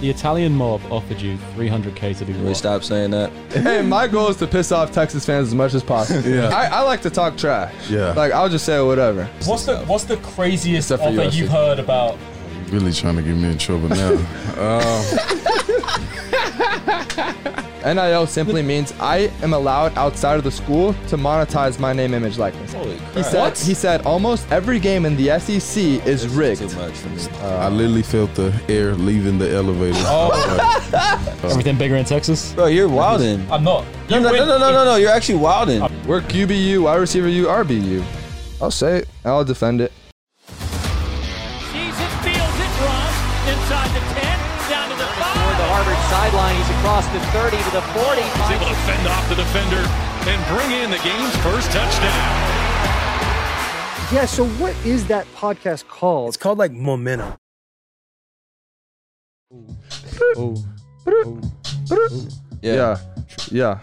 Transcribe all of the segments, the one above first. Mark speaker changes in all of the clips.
Speaker 1: The Italian mob offered you 300k to do
Speaker 2: Really
Speaker 1: what?
Speaker 2: stop saying that.
Speaker 3: Hey, my goal is to piss off Texas fans as much as possible.
Speaker 4: Yeah.
Speaker 3: I, I like to talk trash.
Speaker 4: Yeah.
Speaker 3: Like I'll just say whatever.
Speaker 5: What's the What's the craziest
Speaker 3: Except for
Speaker 5: offer
Speaker 3: UFC.
Speaker 5: you've heard about?
Speaker 4: Really trying to get me in trouble now. Uh,
Speaker 3: NIL simply means I am allowed outside of the school to monetize my name, image, likeness.
Speaker 2: Holy
Speaker 3: He
Speaker 2: crap.
Speaker 3: said, he said almost every game in the SEC is
Speaker 2: Too
Speaker 3: rigged.
Speaker 2: much for me.
Speaker 4: I literally felt the air leaving the elevator.
Speaker 3: Oh.
Speaker 1: Everything bigger in Texas?
Speaker 2: Bro, you're wilding.
Speaker 5: I'm not.
Speaker 2: No, no, no, no, no, no. You're actually wilding.
Speaker 3: We're QBU, wide receiver U, RBU. I'll say it. I'll defend it.
Speaker 6: Sees it, fields it, runs inside the 10, down to the 5.
Speaker 7: Toward the Harvard sideline, he's across the 30 to the 40.
Speaker 8: He's able to fend off the defender and bring in the game's first touchdown.
Speaker 9: Yeah, so what is that podcast called?
Speaker 10: It's called like momentum.
Speaker 2: Yeah.
Speaker 3: Yeah. Yeah.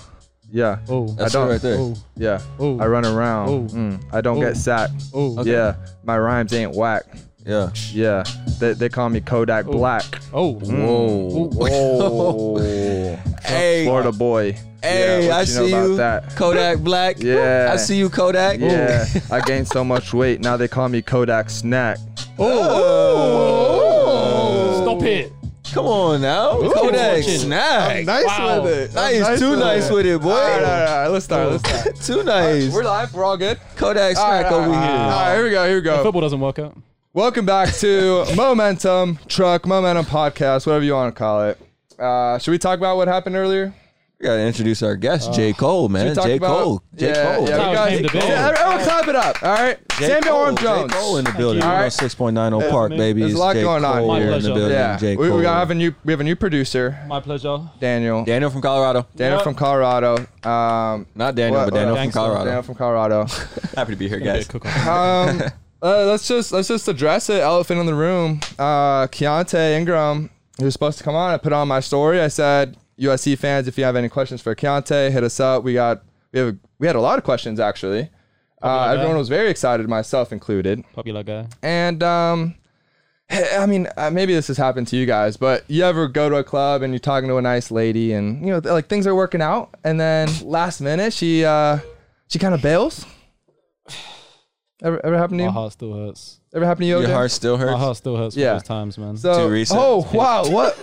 Speaker 3: Yeah.
Speaker 1: Oh,
Speaker 2: That's
Speaker 3: I
Speaker 2: it
Speaker 3: don't-
Speaker 2: right there.
Speaker 3: Yeah.
Speaker 1: Oh.
Speaker 3: I run around.
Speaker 1: Oh.
Speaker 3: Mm. I don't get sacked.
Speaker 1: oh,
Speaker 2: Okay.
Speaker 3: Yeah. My rhymes ain't whack.
Speaker 2: Yeah.
Speaker 3: Yeah. They, they call me Kodak Black. Mm.
Speaker 1: oh.
Speaker 2: Whoa.
Speaker 3: Oh.
Speaker 2: Hey.
Speaker 3: Florida boy.
Speaker 2: Hey,
Speaker 3: Yeah, what
Speaker 2: I
Speaker 3: you know
Speaker 2: see
Speaker 3: about
Speaker 2: you.
Speaker 3: that?
Speaker 2: Kodak Black.
Speaker 3: Yeah.
Speaker 2: I see you, Kodak.
Speaker 3: Yeah. I gained so much weight. Now they call me Kodak Snack.
Speaker 1: Stop it.
Speaker 2: Come on now. Kodak
Speaker 1: watching.
Speaker 2: Snack.
Speaker 3: nice
Speaker 1: Wow.
Speaker 3: with it.
Speaker 2: Nice, too nice with it, boy.
Speaker 3: All right, all right, all right. Let's start. Let's start.
Speaker 2: Too nice.
Speaker 3: We're live. We're all good.
Speaker 2: Kodak
Speaker 3: All right,
Speaker 2: Snack
Speaker 3: all
Speaker 2: over
Speaker 3: right,
Speaker 2: here.
Speaker 3: All right, here we go. Here we go.
Speaker 1: Football doesn't work out.
Speaker 3: Welcome back to Momentum Truck, Momentum Podcast, whatever you want to call it. Uh, should we talk about what happened earlier?
Speaker 2: We gotta introduce our guest, J. Cole, man.
Speaker 3: talk
Speaker 2: J.
Speaker 3: about-
Speaker 2: Cole. J.
Speaker 3: Yeah,
Speaker 2: Cole.
Speaker 3: yeah, we
Speaker 1: Now
Speaker 3: got-
Speaker 1: came to be.
Speaker 3: Yeah, everyone clap it up. All right.
Speaker 2: J.
Speaker 3: Samuel
Speaker 2: Cole,
Speaker 3: Arm Jones.
Speaker 2: J. Cole in the building.
Speaker 1: you.
Speaker 2: All
Speaker 3: All
Speaker 2: right.
Speaker 3: right.
Speaker 2: 6.90 Park, baby.
Speaker 3: There's a
Speaker 2: It's
Speaker 3: lot
Speaker 2: J.
Speaker 3: going on
Speaker 2: Cole
Speaker 1: here.
Speaker 2: in
Speaker 1: My
Speaker 2: the
Speaker 1: pleasure.
Speaker 2: building.
Speaker 3: Yeah.
Speaker 2: J.
Speaker 3: We,
Speaker 2: Cole.
Speaker 3: we got have a new we have a new producer,
Speaker 1: My pleasure.
Speaker 3: Daniel.
Speaker 2: Daniel from Colorado.
Speaker 3: Daniel
Speaker 1: Yep.
Speaker 3: from Colorado. Um,
Speaker 2: Not Daniel,
Speaker 3: What-
Speaker 2: but Daniel from
Speaker 1: Gangsta.
Speaker 3: Daniel
Speaker 2: Colorado.
Speaker 3: from Colorado.
Speaker 2: Happy to be here,
Speaker 1: Yeah,
Speaker 2: guys.
Speaker 1: cook
Speaker 3: Um, uh, let's just let's just address it. Elephant in the room. Uh, Keontae Ingram, who was supposed to come on, I put on my story. I said, USC fans, if you have any questions for Keontae, hit us up. We got we have we had a lot of questions actually. Uh,
Speaker 1: yeah.
Speaker 3: everyone was very excited, myself included.
Speaker 1: Popular guy.
Speaker 3: And um, I mean, uh, maybe this has happened to you guys, but you ever go to a club and you're talking to a nice lady, and you know, like things are working out, and then last minute she uh, she kind of bails. Ever, ever happened to
Speaker 1: My
Speaker 3: you?
Speaker 1: heart still hurts.
Speaker 3: Ever happened to you?
Speaker 2: Your
Speaker 3: OJ?
Speaker 2: heart still
Speaker 1: My
Speaker 2: hurts.
Speaker 1: heart still hurts
Speaker 3: Yeah.
Speaker 1: for those times, man.
Speaker 3: So,
Speaker 2: Too recent.
Speaker 3: Oh wow! What?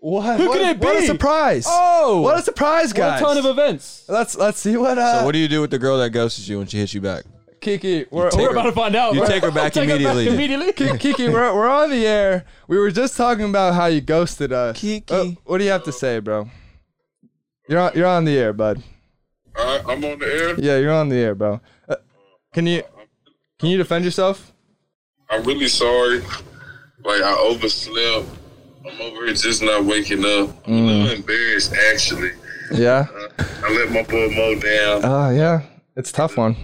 Speaker 3: what? Who
Speaker 1: could it
Speaker 3: What a
Speaker 1: be?
Speaker 3: surprise!
Speaker 1: Oh!
Speaker 3: what a surprise,
Speaker 1: what
Speaker 3: guys!
Speaker 1: a ton of events.
Speaker 3: let's let's see what uh
Speaker 2: So what do you do with the girl that ghosts you when she hits you back?
Speaker 3: Kiki. We're,
Speaker 2: take
Speaker 1: We're
Speaker 3: we're
Speaker 2: her-
Speaker 1: about to find out.
Speaker 2: You take her back
Speaker 1: Take her
Speaker 2: immediately.
Speaker 1: back immediately.
Speaker 3: Ki- Kiki, we're, we're on the air. We were just talking about how you ghosted us.
Speaker 2: Kiki.
Speaker 3: Uh, what do you have to say, bro? You're on, you're on the air, bud.
Speaker 4: I, I'm on the air.
Speaker 3: Yeah, you're on the air, bro. Uh, can you can you defend yourself?
Speaker 4: I'm really sorry. Like I overslept. I'm over here just not waking up. I'm a little embarrassed actually.
Speaker 3: Yeah.
Speaker 4: I let my boy Mo down.
Speaker 3: Uh, yeah. It's a tough one.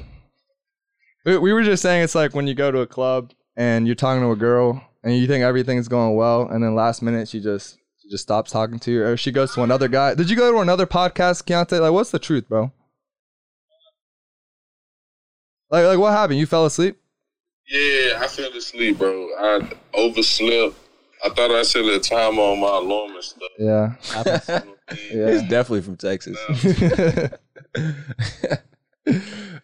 Speaker 3: We, we were just saying it's like when you go to a club and you're talking to a girl and you think everything's going well, and then last minute she just she just stops talking to you, or she goes to another guy. Did you go to another podcast, Keontae? Like, what's the truth, bro? Like, like what happened? You fell asleep?
Speaker 4: Yeah, I fell asleep, bro. I overslept. I thought I set a time on my alarm and stuff.
Speaker 3: Yeah.
Speaker 2: He's
Speaker 3: Yeah.
Speaker 2: definitely from Texas.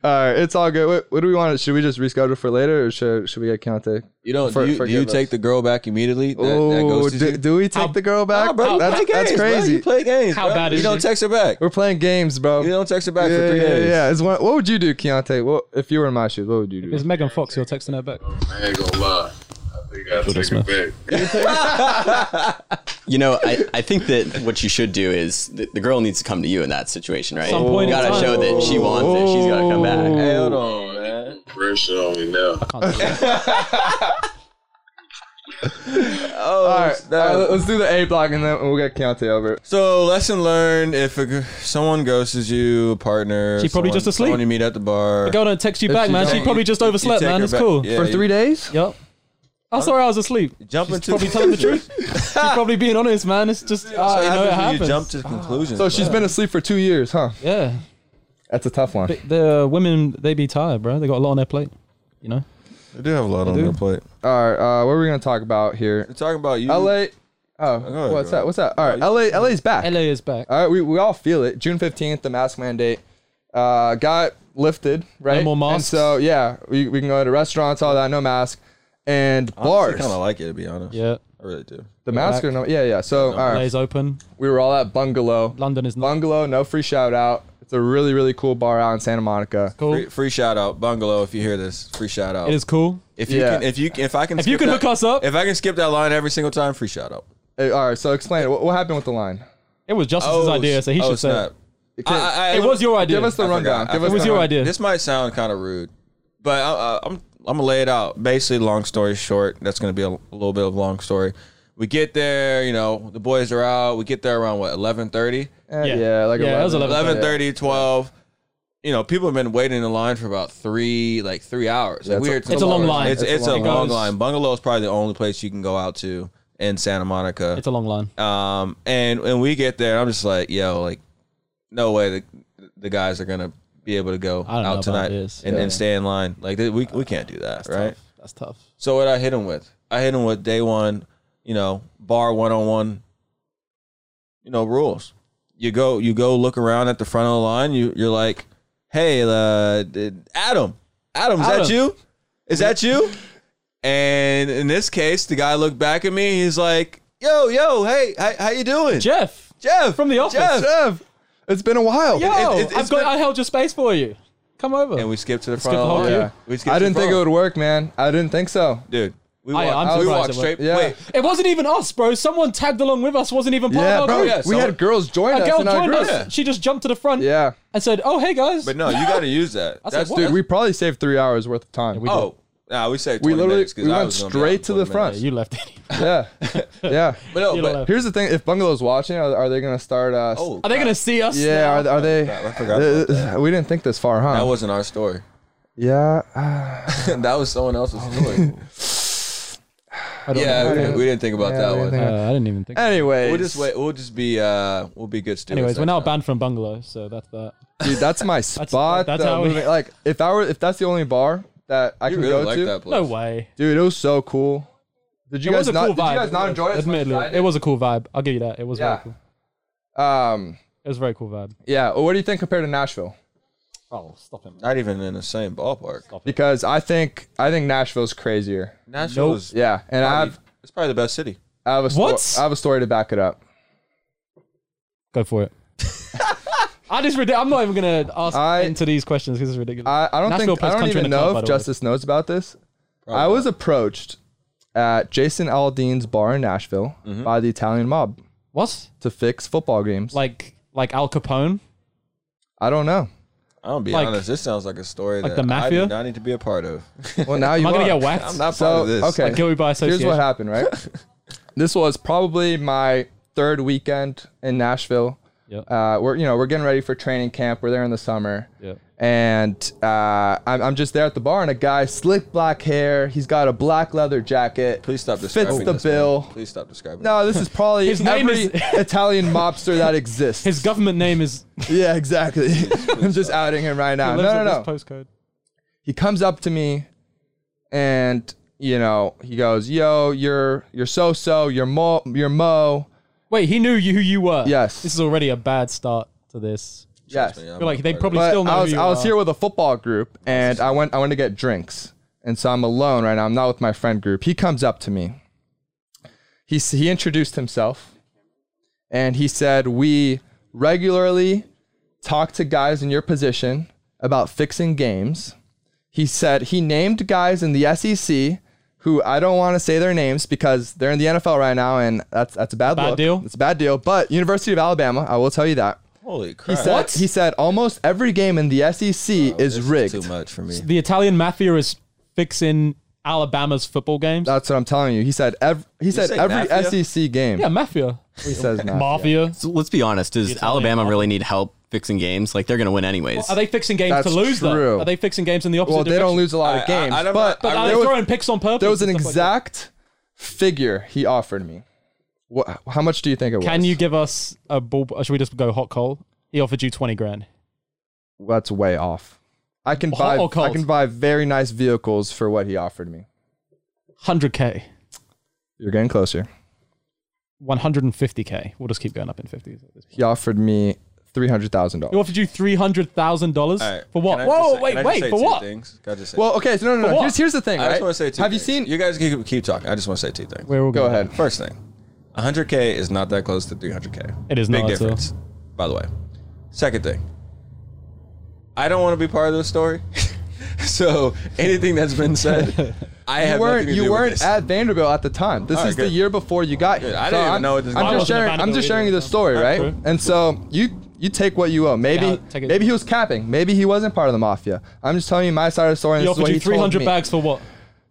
Speaker 3: all right, it's all good. What, what do we want? Should we just reschedule for later, or should should we get Keontae?
Speaker 2: You don't.
Speaker 3: For-
Speaker 2: do you, do you
Speaker 3: forgive us.
Speaker 2: take the girl back immediately? That, that
Speaker 3: Oh,
Speaker 2: goes to
Speaker 3: do, do we take the girl back?
Speaker 2: bro, you
Speaker 3: that's,
Speaker 2: play
Speaker 3: that's
Speaker 2: games, Bro.
Speaker 3: crazy.
Speaker 2: You play games.
Speaker 1: How
Speaker 2: bro.
Speaker 1: bad is
Speaker 2: You don't
Speaker 1: she?
Speaker 2: text her back.
Speaker 3: We're playing games, bro.
Speaker 2: You don't text her back
Speaker 3: yeah,
Speaker 2: for three
Speaker 3: yeah,
Speaker 2: days.
Speaker 3: yeah. It's one, what would you do, Keontae? What if you were in my shoes? What would you do?
Speaker 1: It's Megan Fox. You're texting her back.
Speaker 4: I ain't gonna lie. I think I take
Speaker 1: Smith.
Speaker 4: it back.
Speaker 7: You know, I, I think that what you should do is the, the girl needs to come to you in that situation, right?
Speaker 1: Some point
Speaker 7: you
Speaker 1: in
Speaker 7: gotta
Speaker 1: time.
Speaker 7: show that she wants it. She's gotta come back.
Speaker 2: Hey, hold on, man.
Speaker 4: Pressure on me now.
Speaker 2: Oh,
Speaker 3: all right,
Speaker 2: snap.
Speaker 3: all right, let's do the A block and then we'll get Keontae over. it.
Speaker 2: So lesson learned: if a, g- someone ghosts you, a partner,
Speaker 1: She probably
Speaker 2: someone-
Speaker 1: just asleep.
Speaker 2: Someone you meet at the bar.
Speaker 1: The girl don't text you
Speaker 3: If
Speaker 1: back,
Speaker 3: she
Speaker 1: man.
Speaker 3: don't,
Speaker 1: She probably
Speaker 2: you-
Speaker 1: just
Speaker 2: you
Speaker 1: overslept,
Speaker 2: take
Speaker 1: man.
Speaker 2: her
Speaker 1: It's
Speaker 2: back.
Speaker 1: cool.
Speaker 2: Yeah,
Speaker 3: For
Speaker 2: you-
Speaker 3: three days?
Speaker 1: Yep. I saw her. I was asleep.
Speaker 2: jump into
Speaker 1: Probably telling the truth. She's probably being honest, man. It's just uh, you know it
Speaker 2: You
Speaker 1: happens. Ah.
Speaker 2: jump to conclusions.
Speaker 3: So she's been asleep for two years, huh?
Speaker 1: yeah,
Speaker 3: That's a tough one.
Speaker 1: But the women they be tired, bro. They got a lot on their plate. You know,
Speaker 2: They do have a lot on
Speaker 1: do.
Speaker 2: their plate.
Speaker 3: All right, uh, what are we gonna talk about here?
Speaker 2: We're talking about you.
Speaker 3: LA, Oh,
Speaker 2: ahead,
Speaker 3: what's
Speaker 2: go
Speaker 3: that? What's that? All right, LA, LA's back.
Speaker 1: LA is back.
Speaker 3: All right, we, we all feel it. June fifteenth, the mask mandate uh, got lifted, right?
Speaker 1: more
Speaker 3: And
Speaker 1: masks?
Speaker 3: so yeah, we, we can go to restaurants, all that, no mask, and
Speaker 2: I
Speaker 3: bars.
Speaker 2: kind of like it to be honest.
Speaker 1: yeah.
Speaker 2: I really do.
Speaker 3: the mask or no? Yeah, yeah. So all right,
Speaker 1: LA's open.
Speaker 3: we were all at Bungalow.
Speaker 1: London is not
Speaker 3: Bungalow, no free shout out. It's a really really cool bar out in Santa Monica.
Speaker 1: cool.
Speaker 2: Free, free shout out, Bungalow. If you hear this, free shout out.
Speaker 1: It is cool.
Speaker 2: If you
Speaker 3: Yeah.
Speaker 2: can, if you can- if I can,
Speaker 1: If you
Speaker 2: skip
Speaker 1: can
Speaker 2: that-
Speaker 1: hook us up.
Speaker 2: if I can skip that line every single time, free shout out.
Speaker 3: Hey, all right, so explain it. What, what happened with the line?
Speaker 1: It was Justice's idea, so he
Speaker 2: oh,
Speaker 1: should say.
Speaker 2: snap.
Speaker 1: it.
Speaker 2: I, I- I-
Speaker 1: It was your idea.
Speaker 3: Give us the
Speaker 2: I
Speaker 3: rundown.
Speaker 2: forgot.
Speaker 3: Give
Speaker 2: I
Speaker 3: us
Speaker 1: it was
Speaker 3: the
Speaker 1: your
Speaker 3: rundown.
Speaker 1: idea.
Speaker 2: This might sound kind of rude, but I, I, I'm I'm gonna lay it out. Basically, long story short, that's gonna be a, little bit of long story. We get there, you know, the boys are out. We get there around what 11:30,
Speaker 3: Eh,
Speaker 1: Yeah.
Speaker 3: yeah. like
Speaker 1: Yeah, it was
Speaker 3: 11.
Speaker 2: 11:30, 12. You know, people have been waiting in line for about three, like three hours. Like,
Speaker 3: it's
Speaker 2: we
Speaker 3: a-
Speaker 2: were-
Speaker 3: It's
Speaker 1: a long line.
Speaker 2: It's,
Speaker 1: It's
Speaker 2: it's,
Speaker 1: a
Speaker 2: a
Speaker 1: long
Speaker 2: long,
Speaker 1: line. It goes-
Speaker 2: line. Bungalow is probably the only place you can go out to in Santa Monica.
Speaker 1: It's a long line.
Speaker 2: Um, and when we get there, I'm just like, yo, like, no way the the guys are gonna be able to go
Speaker 1: don't know
Speaker 2: out
Speaker 1: about
Speaker 2: tonight
Speaker 1: this.
Speaker 2: and,
Speaker 1: Yeah.
Speaker 2: and stay in line. Like, th- we we can't do that, right?
Speaker 1: That's tough.
Speaker 2: So what I hit him with, I hit him with day one, you know, bar one on one, you know, rules. You go, you go look around at the front of the line. You you're like, hey, uh, did- Adam, Adam, is that
Speaker 1: Adam.
Speaker 2: you? Is that you? And in this case, the guy looked back at me. He's like, yo, yo, hey, how, how you doing,
Speaker 1: Jeff,
Speaker 2: Jeff
Speaker 1: from the office.
Speaker 2: Jeff.
Speaker 3: Jeff, it's been a while.
Speaker 1: Yo,
Speaker 2: it- it's
Speaker 1: I've got.
Speaker 2: been-
Speaker 1: I held your space for you. Come over.
Speaker 2: And we skipped to the front.
Speaker 1: the
Speaker 2: of the
Speaker 1: whole
Speaker 2: line.
Speaker 1: queue.
Speaker 3: Yeah.
Speaker 2: we skipped
Speaker 3: I
Speaker 2: to
Speaker 3: didn't
Speaker 2: the
Speaker 3: think it
Speaker 2: front.
Speaker 3: would work, man. I didn't think so.
Speaker 2: dude. We
Speaker 1: I-
Speaker 2: walked,
Speaker 1: I'm
Speaker 2: we
Speaker 1: surprised
Speaker 2: walked
Speaker 1: it
Speaker 2: straight.
Speaker 1: worked.
Speaker 3: Yeah.
Speaker 2: Wait,
Speaker 1: it wasn't even us, bro. Someone tagged along with us. Wasn't even part
Speaker 3: Yeah,
Speaker 1: of our
Speaker 3: bro.
Speaker 1: group.
Speaker 2: yeah,
Speaker 3: we
Speaker 2: someone-
Speaker 3: had girls join
Speaker 1: A
Speaker 3: us
Speaker 1: girl
Speaker 3: in our
Speaker 1: joined
Speaker 3: group.
Speaker 1: us. She just jumped to the front.
Speaker 3: Yeah.
Speaker 1: And said, "Oh, hey guys."
Speaker 2: but no, you got to use that.
Speaker 1: said,
Speaker 2: That's
Speaker 1: what?
Speaker 3: Dude, we probably saved three hours worth of time.
Speaker 1: we-
Speaker 2: Oh, nah, we saved.
Speaker 3: We
Speaker 2: 20
Speaker 3: literally-
Speaker 2: minutes 'cause
Speaker 3: we
Speaker 2: I
Speaker 3: went
Speaker 2: was gonna be
Speaker 3: straight
Speaker 2: out
Speaker 3: to
Speaker 2: in
Speaker 3: the
Speaker 2: 20
Speaker 3: front.
Speaker 2: minutes.
Speaker 1: you left anyway.
Speaker 3: yeah. yeah.
Speaker 2: But no,
Speaker 1: You
Speaker 2: but
Speaker 1: don't have-
Speaker 3: Here's the thing: if Bungalow's watching, are, are they gonna start? Uh, s-
Speaker 2: oh,
Speaker 1: Are they gonna see us?
Speaker 3: yeah. Are, are they?
Speaker 2: I forgot
Speaker 3: Uh,
Speaker 2: about that.
Speaker 3: we didn't think this far, huh?
Speaker 2: That wasn't our story.
Speaker 3: yeah. uh,
Speaker 2: that was someone else's story. yeah, we didn't, we didn't think about
Speaker 3: Yeah,
Speaker 2: that
Speaker 3: we
Speaker 2: one.
Speaker 3: didn't think-
Speaker 1: Uh, I didn't even think.
Speaker 3: Anyways,
Speaker 2: We'll just wait. We'll just be. Uh, we'll be good students.
Speaker 1: Anyways, we're
Speaker 2: next
Speaker 1: now
Speaker 2: time.
Speaker 1: banned from bungalow, so that's that.
Speaker 3: dude. That's my spot.
Speaker 1: that's
Speaker 3: though,
Speaker 1: how we-
Speaker 3: moving- like, if I were, if that's the only bar that I
Speaker 2: You
Speaker 3: can
Speaker 2: really
Speaker 3: go
Speaker 2: like
Speaker 3: to,
Speaker 2: that place.
Speaker 1: No way.
Speaker 3: dude, it was so cool. Did you
Speaker 1: It
Speaker 3: guys
Speaker 1: was a
Speaker 3: not?
Speaker 1: cool
Speaker 3: did
Speaker 1: vibe.
Speaker 3: you guys not
Speaker 1: was-
Speaker 3: enjoy it? as much as
Speaker 1: Admittedly,
Speaker 3: I
Speaker 1: it was a cool vibe. I'll give you that. It was
Speaker 3: Yeah.
Speaker 1: very cool.
Speaker 3: did? Um.
Speaker 1: It was very cool vibe.
Speaker 3: Yeah. Well, what do you think compared to Nashville?
Speaker 1: Oh, stop him.
Speaker 2: Not even in the same ballpark.
Speaker 3: Because I think I think Nashville's crazier.
Speaker 2: Nashville is.
Speaker 3: Yeah, and I
Speaker 2: probably-
Speaker 3: have
Speaker 2: It's probably the best city.
Speaker 3: I have a sto-
Speaker 1: What?
Speaker 3: I have a story to back it up.
Speaker 1: Go for it. I just. ridic- I'm not even gonna ask
Speaker 3: I-
Speaker 1: into these questions because it's ridiculous.
Speaker 3: I, I don't
Speaker 1: Nashville
Speaker 3: think I
Speaker 1: plays
Speaker 3: don't
Speaker 1: Country in
Speaker 3: even
Speaker 1: the Club,
Speaker 3: know
Speaker 1: by
Speaker 3: if
Speaker 1: the way.
Speaker 3: Justice knows about this. I was approached at Jason Aldean's bar in Nashville by the Italian mob
Speaker 1: what?
Speaker 3: to fix football games.
Speaker 1: Like like Al Capone?
Speaker 3: I don't know.
Speaker 2: i will be
Speaker 1: Like-
Speaker 2: honest. This sounds like a story
Speaker 1: like
Speaker 2: that
Speaker 1: the
Speaker 2: I
Speaker 1: mafia?
Speaker 2: do not need to be a part of.
Speaker 3: Well, now you
Speaker 1: Am I gonna
Speaker 3: are.
Speaker 1: get whacked?
Speaker 2: I'm not part
Speaker 3: So
Speaker 2: of this.
Speaker 3: okay,
Speaker 1: Like guilty by
Speaker 3: here's
Speaker 1: association.
Speaker 3: what happened. Right, this was probably my third weekend in Nashville.
Speaker 1: Yep.
Speaker 3: Uh, we're you know we're getting ready for training camp. We're there in the summer.
Speaker 1: Yep.
Speaker 3: and uh, I'm, I'm just there at the bar, and a guy, slick black hair, he's got a black leather jacket.
Speaker 2: Please stop describing.
Speaker 3: Fits the
Speaker 2: this, man.
Speaker 3: bill.
Speaker 2: Please stop describing.
Speaker 3: No, this is probably
Speaker 1: His name
Speaker 3: every
Speaker 1: is-
Speaker 3: Italian mobster that exists.
Speaker 1: His government name is.
Speaker 3: yeah, exactly. I'm just outing him right now.
Speaker 1: lives
Speaker 3: No,
Speaker 1: at
Speaker 3: no,
Speaker 1: this
Speaker 3: no.
Speaker 1: Postcode.
Speaker 3: He comes up to me, and you know, he goes, "Yo, you're you're so so, you're mo, you're mo."
Speaker 1: Wait, he knew you, who you were.
Speaker 3: Yes.
Speaker 1: This is already a bad start to this.
Speaker 3: Yes.
Speaker 2: Trust me, I'm
Speaker 1: You're like
Speaker 2: not
Speaker 1: they
Speaker 2: part of
Speaker 1: probably
Speaker 3: But
Speaker 1: still know
Speaker 3: I was,
Speaker 1: who you
Speaker 3: I was
Speaker 1: are.
Speaker 3: here with a football group, and I went I went to get drinks, and so I'm alone right now. I'm not with my friend group. He comes up to me. He s- he introduced himself, and he said, "We regularly talk to guys in your position about fixing games." He said he named guys in the SEC who I don't want to say their names because they're in the NFL right now, and that's that's a bad,
Speaker 1: Bad
Speaker 3: look.
Speaker 1: deal.
Speaker 3: It's a bad deal. But University of Alabama, I will tell you that.
Speaker 2: Holy
Speaker 3: He
Speaker 2: crap!
Speaker 3: said, He said almost every game in the SEC is rigged.
Speaker 2: Too much for me.
Speaker 1: The Italian mafia is fixing Alabama's football games.
Speaker 3: That's what I'm telling you. He said every he said
Speaker 2: say
Speaker 3: every
Speaker 2: mafia?
Speaker 3: SEC game.
Speaker 1: yeah, mafia.
Speaker 3: he says mafia.
Speaker 1: Mafia.
Speaker 7: So let's be honest. Does Alabama really need help fixing games? Like they're going to win anyways.
Speaker 1: Are they fixing games
Speaker 3: That's
Speaker 1: to lose?
Speaker 3: true.
Speaker 1: Though? Are they fixing games in the opposite
Speaker 3: Well, they
Speaker 1: direction?
Speaker 3: don't lose a lot
Speaker 2: I- I-
Speaker 3: of games,
Speaker 2: I don't-
Speaker 3: but,
Speaker 1: But
Speaker 2: I
Speaker 1: are
Speaker 2: really-
Speaker 1: they
Speaker 3: there, was,
Speaker 1: throwing picks on purpose?
Speaker 3: there was an
Speaker 1: and stuff like that?
Speaker 3: exact figure he offered me. What, how much do you think it was?
Speaker 1: Can you give us a ball? Or should we just go hot coal? He offered you twenty grand.
Speaker 3: That's way off. I can
Speaker 1: Hot
Speaker 3: buy
Speaker 1: or cold?
Speaker 3: I can buy very nice vehicles for what he offered me.
Speaker 1: Hundred k.
Speaker 3: You're getting closer.
Speaker 1: 150k. We'll just keep going up in 50s at this point.
Speaker 3: He offered me three hundred thousand
Speaker 1: He
Speaker 3: dollars.
Speaker 1: offered you three hundred thousand dollars for what? Whoa, wait, wait, for what?
Speaker 3: Well, okay, so no, no, no.
Speaker 1: what?
Speaker 3: Here's, here's the thing,
Speaker 2: I
Speaker 3: right?
Speaker 2: just want to say two
Speaker 3: Have you
Speaker 2: things.
Speaker 3: seen?
Speaker 2: You guys keep, keep talking. I just want to say two things.
Speaker 1: Where we'll
Speaker 3: Go ahead.
Speaker 2: First thing, 100K is not that close to 300K.
Speaker 1: It is
Speaker 2: Big
Speaker 1: not, so-
Speaker 2: difference, by the way. Second thing, I don't want to be part of this story. so anything that's been said, I have
Speaker 3: You weren't
Speaker 2: nothing to
Speaker 3: you
Speaker 2: do with
Speaker 3: weren't
Speaker 2: this.
Speaker 3: at Vanderbilt at the time. This
Speaker 2: Alright,
Speaker 3: is the
Speaker 2: good.
Speaker 3: year before you got here.
Speaker 2: Good. I
Speaker 3: So
Speaker 2: didn't even
Speaker 3: I'm-
Speaker 2: know what this guy
Speaker 3: I'm
Speaker 1: was.
Speaker 3: just sharing.
Speaker 1: I wasn't at
Speaker 3: I'm
Speaker 1: Vanderbilt
Speaker 3: just sharing you the story, right?
Speaker 1: True.
Speaker 3: And so you you take what you will. Maybe
Speaker 1: Yeah, take it.
Speaker 3: maybe he was capping. Maybe he wasn't part of the mafia. I'm just telling you my side of the story.
Speaker 1: He
Speaker 3: And this
Speaker 1: offered
Speaker 3: is what
Speaker 1: you
Speaker 3: he
Speaker 1: three
Speaker 3: told
Speaker 1: hundred
Speaker 3: me.
Speaker 1: bags for what?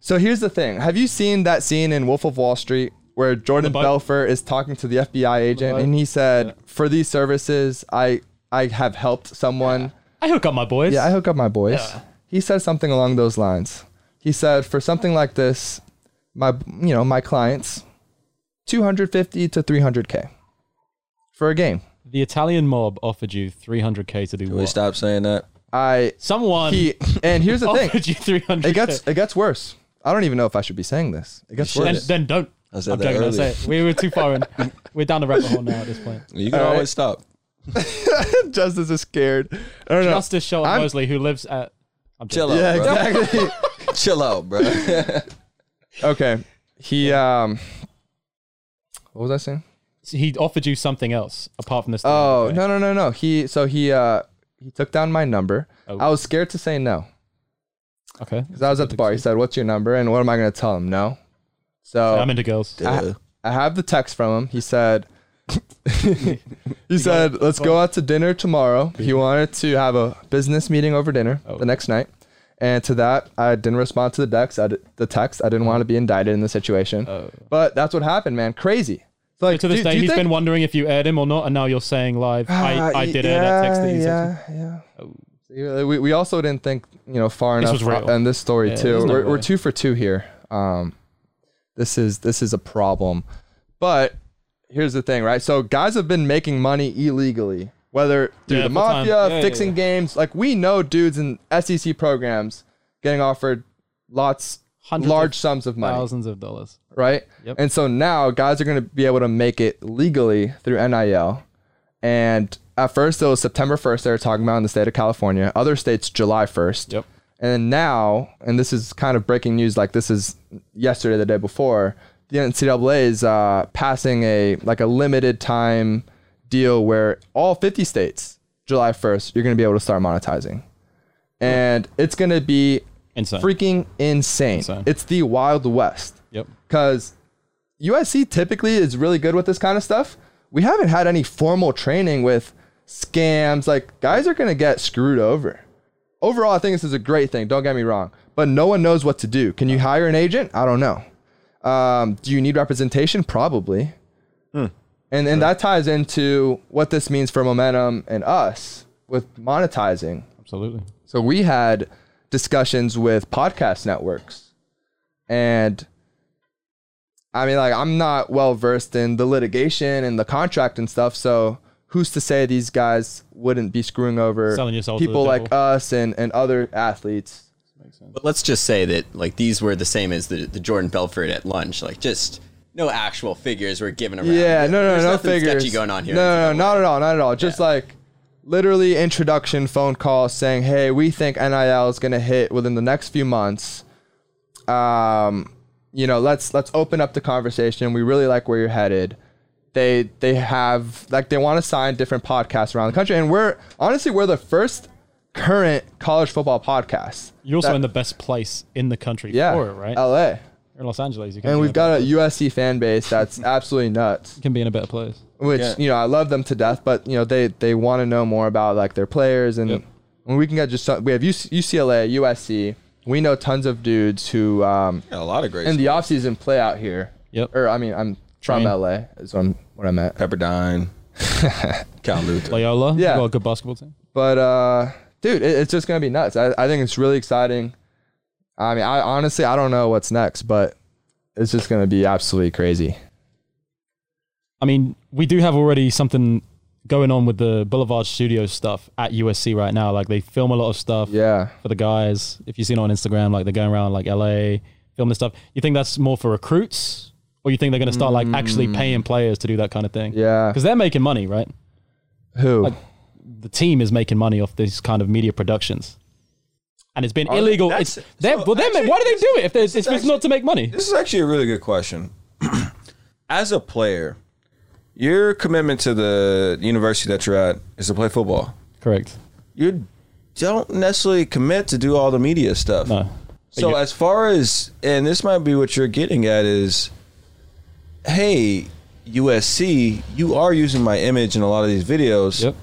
Speaker 3: So here's the thing. Have you seen that scene in Wolf of Wall Street where Jordan
Speaker 1: boat?
Speaker 3: Belfort is talking to the FBI agent
Speaker 1: boat?
Speaker 3: and he said, "For these services, I I have helped someone."
Speaker 1: I hook up my boys.
Speaker 3: Yeah, I hook up my boys.
Speaker 1: Yeah.
Speaker 3: He said something along those lines. He said for something like this, my you know my clients, two hundred fifty to three hundred k for a game.
Speaker 1: the Italian mob offered you three hundred k to do
Speaker 2: Can we
Speaker 1: what?
Speaker 2: stop saying that?
Speaker 3: I
Speaker 1: Someone
Speaker 3: he and here's the
Speaker 1: offered
Speaker 3: thing,
Speaker 1: you three hundred.
Speaker 3: it gets it gets worse. I don't even know if I should be saying this. It gets
Speaker 2: You
Speaker 1: Then,
Speaker 3: worse.
Speaker 2: should.
Speaker 1: then don't.
Speaker 2: I said
Speaker 1: I'm
Speaker 2: that
Speaker 1: joking. I'll
Speaker 2: earlier.
Speaker 1: say it. We were too far in. We're down the rabbit hole now at this point.
Speaker 2: You can
Speaker 3: All right.
Speaker 2: always stop.
Speaker 3: Justice is scared. I don't know.
Speaker 1: Justice Sheldon
Speaker 3: I'm-
Speaker 1: Mosley, who lives at. I'm joking.
Speaker 2: Chill out,
Speaker 3: yeah,
Speaker 2: bro.
Speaker 3: exactly.
Speaker 2: Chill out, bro.
Speaker 3: okay. He um. What was I saying?
Speaker 1: He offered you something else apart from this.
Speaker 3: Oh no no no no. He so he uh he took down my number.
Speaker 1: Oh.
Speaker 3: I was scared to say no.
Speaker 1: Okay.
Speaker 3: Because I was at the bar. He said, What's your number? And what am I going to tell him?
Speaker 2: Oh.
Speaker 3: No. So
Speaker 1: I'm into girls.
Speaker 3: I, I have the text from him. He said, He said, Let's go out to dinner tomorrow. He wanted to have a business meeting over dinner
Speaker 1: Oh.
Speaker 3: the next night. And to that, I didn't respond to the text. I, di- the text. I didn't want to be indicted in the situation. But that's what happened, man. Crazy. It's Like,
Speaker 1: Oh. To this
Speaker 3: do-
Speaker 1: day,
Speaker 3: do you
Speaker 1: he's
Speaker 3: think-
Speaker 1: been wondering if you aired him or not, and now you're saying live, I,
Speaker 3: Ah,
Speaker 1: I did
Speaker 3: yeah,
Speaker 1: air that text that you sent. me.
Speaker 3: yeah, yeah. Yeah, Oh, We, we also didn't think you know far
Speaker 1: This
Speaker 3: enough
Speaker 1: was real.
Speaker 3: on this story
Speaker 1: Yeah,
Speaker 3: too.
Speaker 1: there's no
Speaker 3: we're, we're
Speaker 1: way.
Speaker 3: two for two here. Um, this is this is a problem. But here's the thing, right? So guys have been making money illegally, whether through
Speaker 1: Yeah,
Speaker 3: the
Speaker 1: full time.
Speaker 3: mafia,
Speaker 1: Yeah, yeah,
Speaker 3: fixing games. Like we know dudes in SEC programs getting offered lots,
Speaker 1: Hundreds of
Speaker 3: large sums of money
Speaker 1: Thousands of dollars.
Speaker 3: right?
Speaker 1: Yep.
Speaker 3: And so now guys are going to be able to make it legally through NIL. And at first it was September 1st they were talking about in the state of California. Other states July 1st.
Speaker 1: Yep.
Speaker 3: And then now, and this is kind of breaking news like this is yesterday the day before, the NCAA is uh, passing a like a limited time deal where all 50 states July 1st you're going to be able to start monetizing. And it's going to be
Speaker 1: Insane.
Speaker 3: freaking insane.
Speaker 1: Insane.
Speaker 3: It's the Wild West
Speaker 1: Yep.
Speaker 3: because USC typically is really good with this kind of stuff. We haven't had any formal training with scams. Like guys are gonna get screwed over. Overall, I think this is a great thing. Don't get me wrong, but no one knows what to do. Can you hire an agent? I don't know. Um, do you need representation? Probably.
Speaker 1: Hmm.
Speaker 3: And and that ties into what this means for momentum and us with monetizing.
Speaker 1: Absolutely.
Speaker 3: So we had discussions with podcast networks. And I mean, like, I'm not well versed in the litigation and the contract and stuff. So who's to say these guys wouldn't be screwing over
Speaker 1: Selling yourself to the
Speaker 3: people like
Speaker 1: devil.
Speaker 3: us and, and other athletes?
Speaker 7: But let's just say that like these were the same as the, the Jordan Belfort at lunch. Like just no actual figures were given around.
Speaker 3: Yeah, no, no,
Speaker 7: There's
Speaker 3: no
Speaker 7: nothing
Speaker 3: figures.
Speaker 7: sketchy going on here.
Speaker 3: No, no, no, not at all, not at all. Just like literally introduction phone calls saying, "Hey, we think NIL is going to hit within the next few months. Um, you know, let's let's open up the conversation. We really like where you're headed." They they have like they want to sign different podcasts around the country, and we're honestly we're the first current college football podcast.
Speaker 1: You're also
Speaker 3: That-
Speaker 1: in the best place in the country
Speaker 3: Yeah,
Speaker 1: for it, right?
Speaker 3: L.A.
Speaker 1: You're in Los Angeles. You can
Speaker 3: And
Speaker 1: be
Speaker 3: we've
Speaker 1: in a
Speaker 3: got a USC fan base that's absolutely nuts.
Speaker 1: better- can be in a better place.
Speaker 3: which
Speaker 2: Yeah.
Speaker 3: you know I love them to death, but you know they they want to know more about like their players and
Speaker 1: Yep.
Speaker 3: when we can get just some, we have UC, UCLA, USC. We know tons of dudes who um,
Speaker 2: Yeah, a lot of great.
Speaker 3: in the offseason play out here.
Speaker 1: Yep.
Speaker 3: Or I mean, I'm
Speaker 1: Train.
Speaker 3: from LA is what I'm what I'm at.
Speaker 2: Pepperdine, Cal Luther.
Speaker 1: Loyola.
Speaker 3: Yeah.
Speaker 1: You've got a good basketball team.
Speaker 3: But uh, dude, it, it's just gonna be nuts. I, I think it's really exciting. I mean, I honestly I don't know what's next, but it's just gonna be absolutely crazy.
Speaker 1: I mean, we do have already something going on with the Boulevard Studios stuff at USC right now. Like they film a lot of stuff
Speaker 3: Yeah.
Speaker 1: for the guys. If you've seen it on Instagram, like they're going around like LA, filming stuff. You think that's more for recruits Or you think they're going to start like
Speaker 2: Mm.
Speaker 1: actually paying players to do that kind of thing?
Speaker 3: Yeah.
Speaker 1: Because they're making money, right?
Speaker 3: Who?
Speaker 2: Uh,
Speaker 1: The team is making money off these kind of media productions. And it's been illegal. It's,
Speaker 2: Oh, that's-
Speaker 1: they're,
Speaker 2: so
Speaker 1: well, they're, ma-
Speaker 2: actually,
Speaker 1: why do they do it if, there's, if it's
Speaker 2: actually-
Speaker 1: not to make money?
Speaker 2: This is actually a really good question. As a player, your commitment to the university that you're at is to play football.
Speaker 1: Correct.
Speaker 2: You don't necessarily commit to do all the media stuff.
Speaker 1: No.
Speaker 2: So
Speaker 1: you-
Speaker 2: as far as and this might be what you're getting at is hey, USC, you are using my image in a lot of these videos.
Speaker 1: Yep.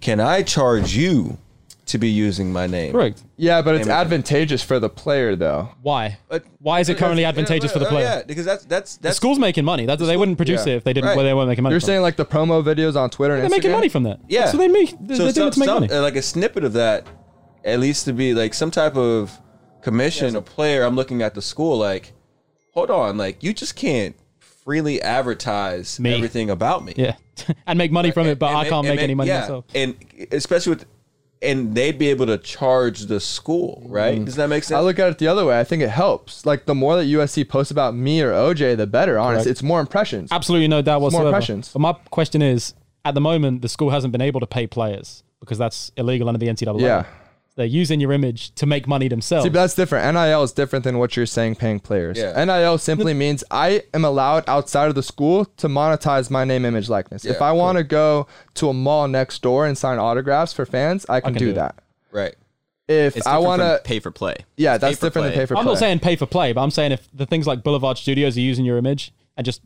Speaker 2: Can I charge you to be using my name?
Speaker 1: Correct.
Speaker 3: Yeah, but it's
Speaker 2: Damn it.
Speaker 3: advantageous for the player though.
Speaker 1: Why?
Speaker 2: But-
Speaker 1: Why is it currently
Speaker 2: Because-
Speaker 1: advantageous for the
Speaker 2: oh,
Speaker 1: player?
Speaker 2: Yeah, because that's that's
Speaker 1: The
Speaker 2: that's
Speaker 1: school's making money. That's, they wouldn't produce
Speaker 3: yeah.
Speaker 1: it if they didn't.
Speaker 2: Right.
Speaker 1: Well, they weren't making money.
Speaker 3: You're
Speaker 1: from it.
Speaker 3: saying like the promo videos on Twitter and
Speaker 1: they're making
Speaker 3: Instagram?
Speaker 1: money from that.
Speaker 2: Yeah.
Speaker 1: So they make. They're,
Speaker 2: So
Speaker 1: they're doing it to
Speaker 2: some-
Speaker 1: make
Speaker 2: some-
Speaker 1: money.
Speaker 2: uh, Like a snippet of that, at least to be like some type of commission, a player. I'm looking at the school like, hold on, like you just can't freely advertise
Speaker 1: Me.
Speaker 2: everything about me.
Speaker 1: yeah. and make money from it, but
Speaker 2: And
Speaker 1: I
Speaker 2: ma-
Speaker 1: can't
Speaker 2: and
Speaker 1: make
Speaker 2: ma-
Speaker 1: any money
Speaker 2: yeah.
Speaker 1: myself.
Speaker 2: And especially with, and they'd be able to charge the school, right?
Speaker 1: Mm.
Speaker 2: Does that make sense?
Speaker 3: I look at it the other way. I think it helps. Like the more that USC posts about me or OJ, the better. Honestly,
Speaker 1: Correct.
Speaker 3: it's more impressions.
Speaker 1: Absolutely no doubt
Speaker 3: more
Speaker 1: whatsoever.
Speaker 3: impressions.
Speaker 1: But my question is, at the moment, the school hasn't been able to pay players because that's illegal under the NCAA.
Speaker 3: Yeah.
Speaker 1: They're using your image to make money themselves.
Speaker 3: See, but that's different. NIL is different than what you're saying paying players.
Speaker 2: Yeah.
Speaker 3: NIL simply means I am allowed outside of the school to monetize my name, image, likeness. if
Speaker 2: Yeah,
Speaker 3: I want to go to a mall next door and sign autographs for fans, I can,
Speaker 1: can
Speaker 3: do,
Speaker 1: do it.
Speaker 3: that.
Speaker 2: right.
Speaker 3: If
Speaker 7: It's
Speaker 3: I
Speaker 7: different
Speaker 3: want
Speaker 7: from
Speaker 3: to,
Speaker 7: pay for play.
Speaker 3: yeah,
Speaker 7: It's pay
Speaker 3: that's
Speaker 7: for
Speaker 3: different
Speaker 7: play.
Speaker 3: than pay for
Speaker 1: I'm
Speaker 3: play.
Speaker 1: not saying pay for play, but I'm saying if the things like Boulevard Studios are using your image and just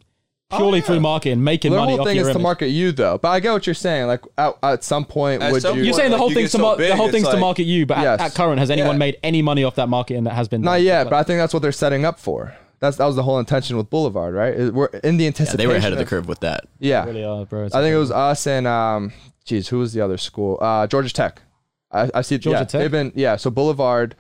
Speaker 1: purely through marketing, making
Speaker 3: Oh, the
Speaker 1: money
Speaker 3: whole
Speaker 1: off
Speaker 3: thing
Speaker 1: your
Speaker 3: is
Speaker 1: image.
Speaker 3: to market you though. But I get what you're saying. Like at, at some point,
Speaker 2: At
Speaker 3: would
Speaker 2: some
Speaker 3: you?
Speaker 1: You're
Speaker 2: point-
Speaker 1: saying the
Speaker 2: Like,
Speaker 1: whole
Speaker 2: you
Speaker 1: thing's
Speaker 2: get
Speaker 1: to
Speaker 2: so
Speaker 1: mar- the
Speaker 2: big,
Speaker 1: whole
Speaker 2: it's
Speaker 1: thing's to
Speaker 2: like-
Speaker 1: market you, but
Speaker 3: Yes.
Speaker 1: at, at current, has anyone
Speaker 2: Yeah.
Speaker 1: made any money off that marketing that has been?
Speaker 3: Not
Speaker 1: done?
Speaker 3: yet,
Speaker 1: Like,
Speaker 3: but I think that's what they're setting up for. That's that was the whole intention with Boulevard, right? It- We're in the
Speaker 7: Yeah,
Speaker 3: anticipation.
Speaker 7: they were ahead of the curve with that.
Speaker 3: Yeah,
Speaker 1: really are, bro. It's
Speaker 3: I think it was us and um, geez, who was the other school? Uh, Georgia Tech. I, I see
Speaker 1: Georgia
Speaker 3: yeah,
Speaker 1: Tech?
Speaker 3: They've been yeah. So Boulevard,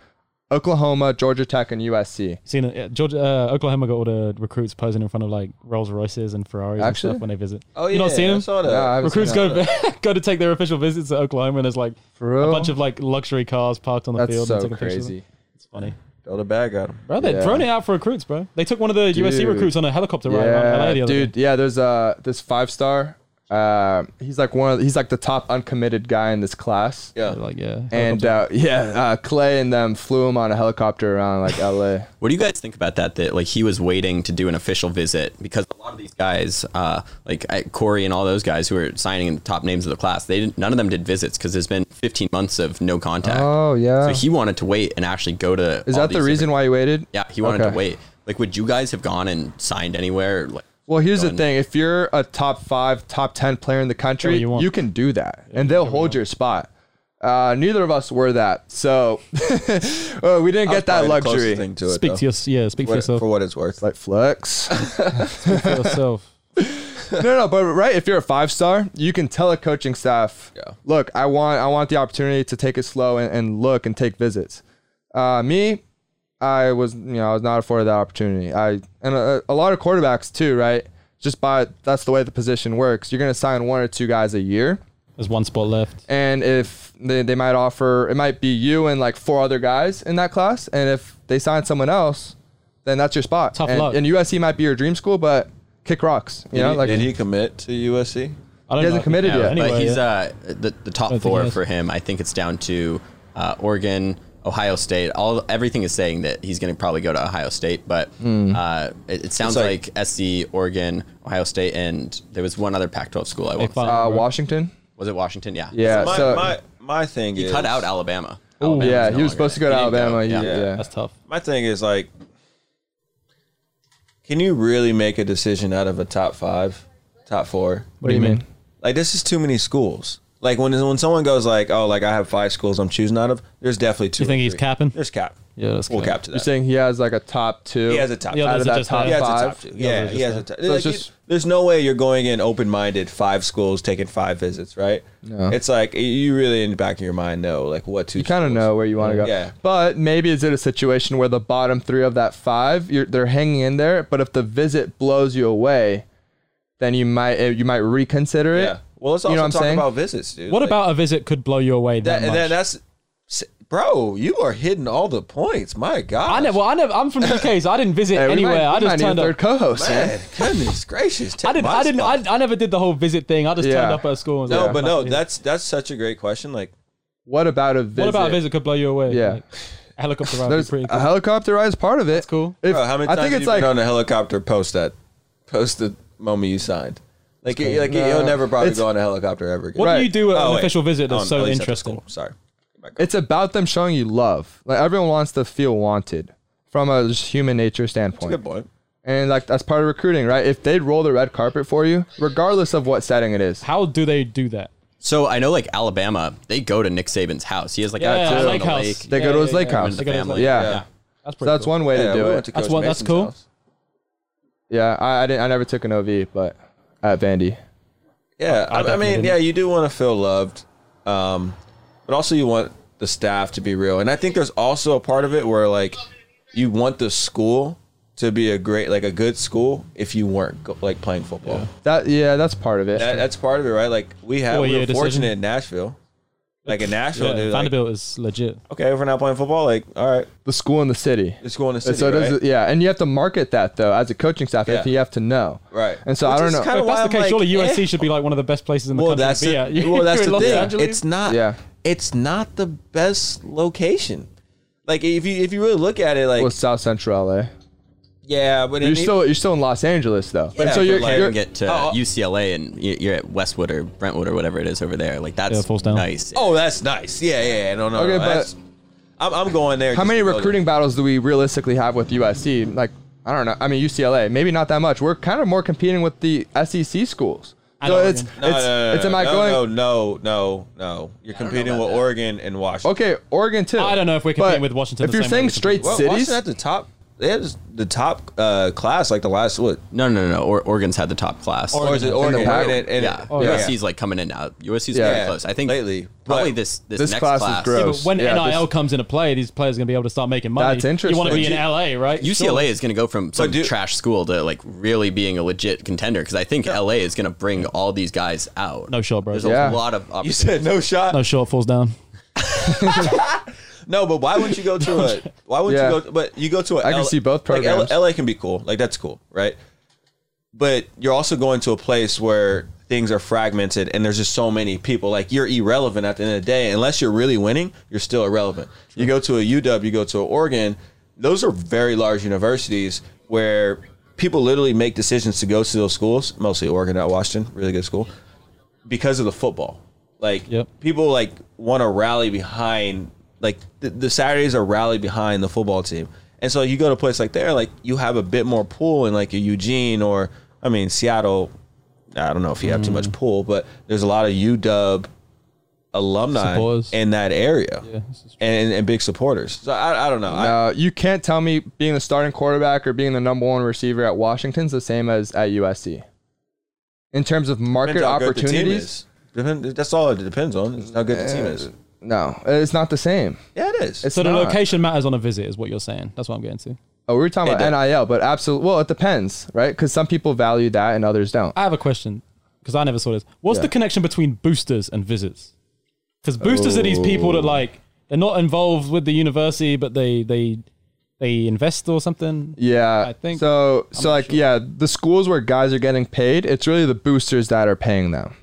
Speaker 3: Oklahoma, Georgia Tech, and USC.
Speaker 1: Seen it. Yeah, Georgia, uh, Oklahoma got all the recruits posing in front of like Rolls Royces and Ferraris
Speaker 3: Actually?
Speaker 1: and stuff when they visit.
Speaker 2: Oh yeah,
Speaker 1: you not seeing
Speaker 2: I
Speaker 1: them?
Speaker 2: saw that.
Speaker 3: Yeah, I haven't seen
Speaker 1: Recruits
Speaker 3: that.
Speaker 1: go go to take their official visits to Oklahoma, and there's like
Speaker 3: For real?
Speaker 1: a bunch of like luxury cars parked on the
Speaker 3: That's
Speaker 1: field. and
Speaker 3: so
Speaker 1: taking pictures of them.
Speaker 3: crazy.
Speaker 1: It's funny,
Speaker 2: Throw the bag at him.
Speaker 1: bro. They're
Speaker 3: Yeah.
Speaker 1: throwing it out for recruits, bro. They took one of the USC
Speaker 3: Dude.
Speaker 1: recruits on a helicopter ride around LA the
Speaker 3: Yeah,
Speaker 1: other
Speaker 3: dude.
Speaker 1: day.
Speaker 3: Yeah, there's uh this five star. Uh, he's like one of he's like the top uncommitted guy in this class.
Speaker 2: Yeah.
Speaker 1: They're Like yeah,
Speaker 3: And uh, yeah, uh, Clay and them flew him on a helicopter around like LA.
Speaker 7: What do you guys think about that? That like he was waiting to do an official visit because a lot of these guys, uh, like I, Corey and all those guys who were signing in the top names of the class, they didn't, none of them did visits because there's been 15 months of no contact.
Speaker 3: Oh, yeah.
Speaker 7: So he wanted to wait and actually go to.
Speaker 3: Is
Speaker 7: all
Speaker 3: that the
Speaker 7: these
Speaker 3: reason
Speaker 7: different-
Speaker 3: why you waited?
Speaker 7: Yeah, he wanted
Speaker 3: Okay.
Speaker 7: to wait. Like, would you guys have gone and signed anywhere? Like,
Speaker 3: Well, here's the
Speaker 7: Done.
Speaker 3: thing: if you're a top five, top ten player in the country,
Speaker 1: you
Speaker 3: you,
Speaker 1: want.
Speaker 3: can do that, and they'll hold your spot. Uh, neither of us were that, so uh, we didn't get that
Speaker 2: Probably the closest
Speaker 3: luxury.
Speaker 2: Thing to it,
Speaker 1: speak
Speaker 2: though.
Speaker 1: to your yeah, speak for
Speaker 2: What-
Speaker 1: yourself.
Speaker 2: for what it's worth.
Speaker 3: Like flex.
Speaker 1: For yourself.
Speaker 3: no, no, but right, if you're a five star, you can tell a coaching staff,
Speaker 2: Yeah.
Speaker 3: "Look, I want, I want the opportunity to take it slow and, and look and take visits." Uh, me, I was, you know, I was not afforded that opportunity. I and a, a lot of quarterbacks too, right? Just by that's the way the position works. You're gonna sign one or two guys a year.
Speaker 1: There's one spot left.
Speaker 3: and if they, they might offer it might be you and like four other guys in that class and if they sign someone else then that's your spot
Speaker 1: Tough
Speaker 3: and,
Speaker 1: luck.
Speaker 3: and usc might be your dream school but kick rocks you
Speaker 2: Did,
Speaker 3: know
Speaker 2: he,
Speaker 3: like
Speaker 2: did he commit to USC?
Speaker 1: I don't
Speaker 3: He hasn't
Speaker 1: know.
Speaker 3: committed
Speaker 1: Yeah,
Speaker 3: yet.
Speaker 1: Anyway,
Speaker 7: but he's
Speaker 1: yeah.
Speaker 7: uh, the the
Speaker 1: I
Speaker 7: top
Speaker 1: don't think he
Speaker 7: four
Speaker 1: is.
Speaker 7: for him. I think it's down to uh, Oregon, Ohio State. All everything is saying that he's going to probably go to Ohio State, but
Speaker 1: Hmm.
Speaker 7: uh, it, it sounds
Speaker 2: like-
Speaker 7: like, SC, Oregon, Ohio State, and there was one other Pac-12 school. I
Speaker 1: Hey,
Speaker 7: want to
Speaker 1: fine,
Speaker 7: say.
Speaker 3: uh,
Speaker 1: bro.
Speaker 3: washington
Speaker 7: was it Washington? Yeah.
Speaker 3: yeah
Speaker 2: My,
Speaker 3: so
Speaker 2: my my thing
Speaker 7: He
Speaker 2: is
Speaker 7: cut out Alabama.
Speaker 3: yeah,
Speaker 7: Alabama's no
Speaker 3: he was
Speaker 7: longer
Speaker 3: supposed to
Speaker 7: there.
Speaker 3: go to
Speaker 7: He didn't
Speaker 3: alabama
Speaker 7: Yeah.
Speaker 3: yeah, yeah.
Speaker 1: that's tough.
Speaker 2: My thing is like, can you really make a decision out of a top five, top four?
Speaker 1: What do you mean?
Speaker 2: Like this is too many schools. Like when when someone goes like, oh, like I have five schools I'm choosing out of. There's definitely two.
Speaker 1: You think
Speaker 2: or
Speaker 1: he's
Speaker 2: three.
Speaker 1: capping?
Speaker 2: There's cap.
Speaker 1: Yeah, that's
Speaker 2: we'll
Speaker 1: cap.
Speaker 2: cap to that.
Speaker 3: you're saying he has like a top two
Speaker 2: he has a top.
Speaker 1: Yeah,
Speaker 2: five.
Speaker 3: out
Speaker 1: those
Speaker 3: of
Speaker 1: are
Speaker 3: that
Speaker 1: just
Speaker 3: top
Speaker 1: that.
Speaker 2: He has a top
Speaker 3: five.
Speaker 2: two.
Speaker 1: Yeah, those
Speaker 2: Yeah,
Speaker 1: are
Speaker 2: he
Speaker 1: just
Speaker 2: has a top.
Speaker 3: So
Speaker 2: like,
Speaker 3: it's just-
Speaker 2: you- there's no way you're going in open minded, five schools, taking five visits, right? No. It's like you really in the back of your mind know like what two.
Speaker 3: you kind of know where you want to go
Speaker 2: Yeah.
Speaker 3: but maybe is it a situation where the bottom three of that five you're, they're hanging in there but if the visit blows you away then you might eh, you might reconsider it
Speaker 2: Yeah. Well, let's also
Speaker 3: You know what I'm
Speaker 2: talk
Speaker 3: saying?
Speaker 2: about visits, dude.
Speaker 1: What
Speaker 2: Like,
Speaker 1: about a visit could blow you away that,
Speaker 2: that? And
Speaker 1: much?
Speaker 2: then that's, s- Bro, you are hitting all the points. My God.
Speaker 1: I never. Well, I never. I'm from the UK, so I didn't visit
Speaker 3: Hey, we
Speaker 1: anywhere.
Speaker 3: might-
Speaker 1: I
Speaker 3: we
Speaker 1: just
Speaker 3: might need a
Speaker 1: turned
Speaker 3: third
Speaker 1: up.
Speaker 3: co-host. man.
Speaker 2: Man, goodness gracious.
Speaker 1: I
Speaker 2: take
Speaker 1: didn't.
Speaker 2: my
Speaker 1: I didn't.
Speaker 2: spot.
Speaker 1: I, I never did the whole visit thing. I just
Speaker 3: Yeah.
Speaker 1: turned up at a school. And was
Speaker 2: No,
Speaker 1: like,
Speaker 2: but no,
Speaker 1: yeah.
Speaker 2: that's that's such a great question. Like,
Speaker 3: What about a visit?
Speaker 1: What about a visit could blow you away?
Speaker 3: Yeah.
Speaker 1: Like, a helicopter ride would be
Speaker 3: There's
Speaker 1: pretty
Speaker 3: a helicopter ride is part of it. That's
Speaker 1: cool.
Speaker 3: If,
Speaker 2: bro, how many
Speaker 3: I
Speaker 2: times
Speaker 3: think
Speaker 2: have
Speaker 3: it's
Speaker 2: you
Speaker 3: like
Speaker 2: been on a helicopter post that post the moment you signed? Like, you, like you'll never probably
Speaker 3: It's-
Speaker 2: go on a helicopter ever again.
Speaker 1: What
Speaker 3: Right.
Speaker 1: do you do at
Speaker 2: Oh,
Speaker 1: an
Speaker 2: wait.
Speaker 1: official visit
Speaker 2: Oh,
Speaker 1: that's
Speaker 2: at
Speaker 1: so
Speaker 2: least at the
Speaker 1: interesting?
Speaker 2: school. Sorry.
Speaker 3: it's about them showing you love. Like everyone wants to feel wanted from a just human nature standpoint.
Speaker 2: Good point.
Speaker 3: And like that's part of recruiting, right? If they'd roll the red carpet for you, regardless of what setting it is.
Speaker 1: How do they do that?
Speaker 7: So I know like Alabama, they go to Nick Saban's house. He has like
Speaker 1: Yeah,
Speaker 7: a
Speaker 1: yeah, lake
Speaker 7: pool on the
Speaker 1: house.
Speaker 7: lake.
Speaker 3: They go to his lake
Speaker 1: yeah.
Speaker 3: house.
Speaker 1: They go to his
Speaker 7: Family.
Speaker 1: lake-
Speaker 3: Yeah.
Speaker 7: Yeah.
Speaker 1: That's
Speaker 3: So
Speaker 1: pretty.
Speaker 3: that's
Speaker 1: cool.
Speaker 3: one way
Speaker 2: Yeah,
Speaker 3: to do
Speaker 2: we went
Speaker 3: it.
Speaker 2: to
Speaker 1: That's
Speaker 2: Coach
Speaker 1: one- that's
Speaker 2: Mason's
Speaker 1: cool.
Speaker 2: house.
Speaker 3: yeah, I, I didn't I never took an OV, but at Vandy.
Speaker 2: Yeah, I, I
Speaker 1: definitely
Speaker 2: mean,
Speaker 1: didn't.
Speaker 2: yeah, you do want to feel loved, um, but also you want the staff to be real. And I think there's also a part of it where like you want the school to be a great, like a good school. If you weren't go, like playing football,
Speaker 3: That yeah, that's part of it.
Speaker 2: that, that's part of it, right? Like we have, we
Speaker 1: Four-year
Speaker 2: we're
Speaker 1: decision.
Speaker 2: fortunate in Nashville. Like in Nashville,
Speaker 1: Yeah,
Speaker 2: dude, like,
Speaker 1: Vanderbilt is legit.
Speaker 2: okay, if we're not playing football, like all right,
Speaker 3: the school and the city.
Speaker 2: it's going to
Speaker 3: And
Speaker 2: city,
Speaker 3: so it
Speaker 2: right?
Speaker 3: does yeah, and you have to market that though as a coaching staff. If
Speaker 2: Yeah.
Speaker 3: you have to know,
Speaker 2: Right.
Speaker 3: And so I
Speaker 2: Which
Speaker 3: don't
Speaker 2: is
Speaker 3: know.
Speaker 2: kinda
Speaker 1: If that's
Speaker 2: why
Speaker 1: the
Speaker 2: I'm
Speaker 1: case,
Speaker 2: like,
Speaker 1: surely
Speaker 2: eh.
Speaker 1: USC should be like one of the best places in the
Speaker 2: Well,
Speaker 1: country
Speaker 2: that's
Speaker 1: to be
Speaker 2: the,
Speaker 1: at. You-
Speaker 2: well, that's
Speaker 1: you're in
Speaker 2: the
Speaker 1: Los
Speaker 2: thing.
Speaker 1: Angeles.
Speaker 2: It's not.
Speaker 3: Yeah.
Speaker 2: It's not the best location. Like if you if you really look at it, like
Speaker 3: Well, South Central LA.
Speaker 2: yeah, but it
Speaker 3: You're
Speaker 2: need-
Speaker 3: still you're still in Los Angeles though.
Speaker 2: Yeah,
Speaker 3: so
Speaker 2: but
Speaker 3: you're,
Speaker 2: like-
Speaker 7: Like,
Speaker 3: you're-
Speaker 7: you get to
Speaker 2: Oh, oh.
Speaker 7: UCLA and you- you're at Westwood or Brentwood or whatever it is over there. Like that's
Speaker 1: Yeah, falls down.
Speaker 7: nice.
Speaker 2: oh, that's nice. Yeah, yeah. yeah. No, no.
Speaker 3: Okay,
Speaker 2: no,
Speaker 3: but-
Speaker 2: that's- I'm, I'm going there.
Speaker 3: how
Speaker 2: just
Speaker 3: many
Speaker 2: to go there.
Speaker 3: recruiting battles do we realistically have with USC? Like I don't know. I mean UCLA, maybe not that much. We're kind of more competing with the SEC schools. So
Speaker 1: Oregon.
Speaker 3: it's it's
Speaker 2: No, no, no,
Speaker 3: it's am I
Speaker 2: no,
Speaker 3: going
Speaker 2: No, no, no, no. You're competing with Oregon and Washington.
Speaker 3: okay Oregon too?
Speaker 1: I don't know if we're
Speaker 3: But
Speaker 1: competing with Washington
Speaker 3: If
Speaker 1: the
Speaker 3: you're
Speaker 1: same way we
Speaker 3: saying
Speaker 1: compete
Speaker 3: straight
Speaker 1: with-
Speaker 2: Well,
Speaker 3: cities,
Speaker 2: Washington at the top. They had the top uh, class, like the last what?
Speaker 7: No, no, no. no. Or- Oregon's had the top class.
Speaker 2: Or is it Oregon?
Speaker 3: pack.
Speaker 2: Oregon and, and
Speaker 7: yeah.
Speaker 2: yeah.
Speaker 7: USC's like coming in now. USC's
Speaker 3: Yeah.
Speaker 7: very close. I think
Speaker 2: Lately,
Speaker 7: probably
Speaker 2: but-
Speaker 7: this this,
Speaker 3: This
Speaker 7: next
Speaker 3: class
Speaker 7: class,
Speaker 3: is gross.
Speaker 1: But when
Speaker 3: Yeah,
Speaker 1: NIL
Speaker 3: this-
Speaker 1: comes into play, these players are going to be able to start making money.
Speaker 3: That's
Speaker 1: You want
Speaker 3: interesting.
Speaker 1: to be in
Speaker 2: But you-
Speaker 1: LA, right?
Speaker 7: UCLA is going to go from some
Speaker 2: do-
Speaker 7: trash school to like really being a legit contender because I think LA is going to bring all these guys out.
Speaker 1: No shot, bro.
Speaker 7: There's
Speaker 3: Yeah.
Speaker 7: a lot of
Speaker 2: You
Speaker 7: opportunities.
Speaker 2: said no shot.
Speaker 1: No shot falls down.
Speaker 2: No, but why wouldn't you go to a? Why wouldn't
Speaker 3: Yeah.
Speaker 2: you go? But you go to a.
Speaker 3: I can see both
Speaker 2: like,
Speaker 3: programs.
Speaker 2: L- LA can be cool. Like that's cool, right? But you're also going to a place where things are fragmented and there's just so many people. Like you're irrelevant at the end of the day. Unless you're really winning, you're still irrelevant. You go to a UW, you go to a Oregon. Those are very large universities where people literally make decisions to go to those schools. Mostly Oregon, not Washington. Really good school because of the football. Like
Speaker 1: Yep.
Speaker 2: people like want to rally behind like the, the Saturdays are rally behind the football team. And so you go to a place like there, like you have a bit more pull in like a Eugene or I mean Seattle. I don't know if you have too
Speaker 1: Mm.
Speaker 2: much pull, but there's a lot of UW alumni
Speaker 1: Supporters.
Speaker 2: in that area
Speaker 1: this is
Speaker 2: and, and big supporters. So I, I don't know. I,
Speaker 3: uh, you can't tell me being the starting quarterback or being the number one receiver at Washington's the same as at USC. In terms of market
Speaker 2: depends how good the team
Speaker 3: opportunities,
Speaker 2: is. Depend- That's all it depends on is how good the team is.
Speaker 3: no, it's not the same.
Speaker 2: Yeah, it is.
Speaker 3: It's
Speaker 1: So the
Speaker 3: not.
Speaker 1: location matters on a visit, is what you're saying. That's what I'm getting to.
Speaker 3: Oh, we were talking
Speaker 2: It
Speaker 3: about
Speaker 2: does.
Speaker 3: NIL, but absolutely. Well, it depends, right? Because some people value that and others don't.
Speaker 1: I have a question because I never saw this. What's the connection between boosters and visits? Because boosters are these people that like they're not involved with the university, but they they they invest or something.
Speaker 3: Yeah,
Speaker 1: I think-
Speaker 3: so. So
Speaker 1: not
Speaker 3: like,
Speaker 1: sure.
Speaker 3: yeah, the schools where guys are getting paid, it's really the boosters that are paying them.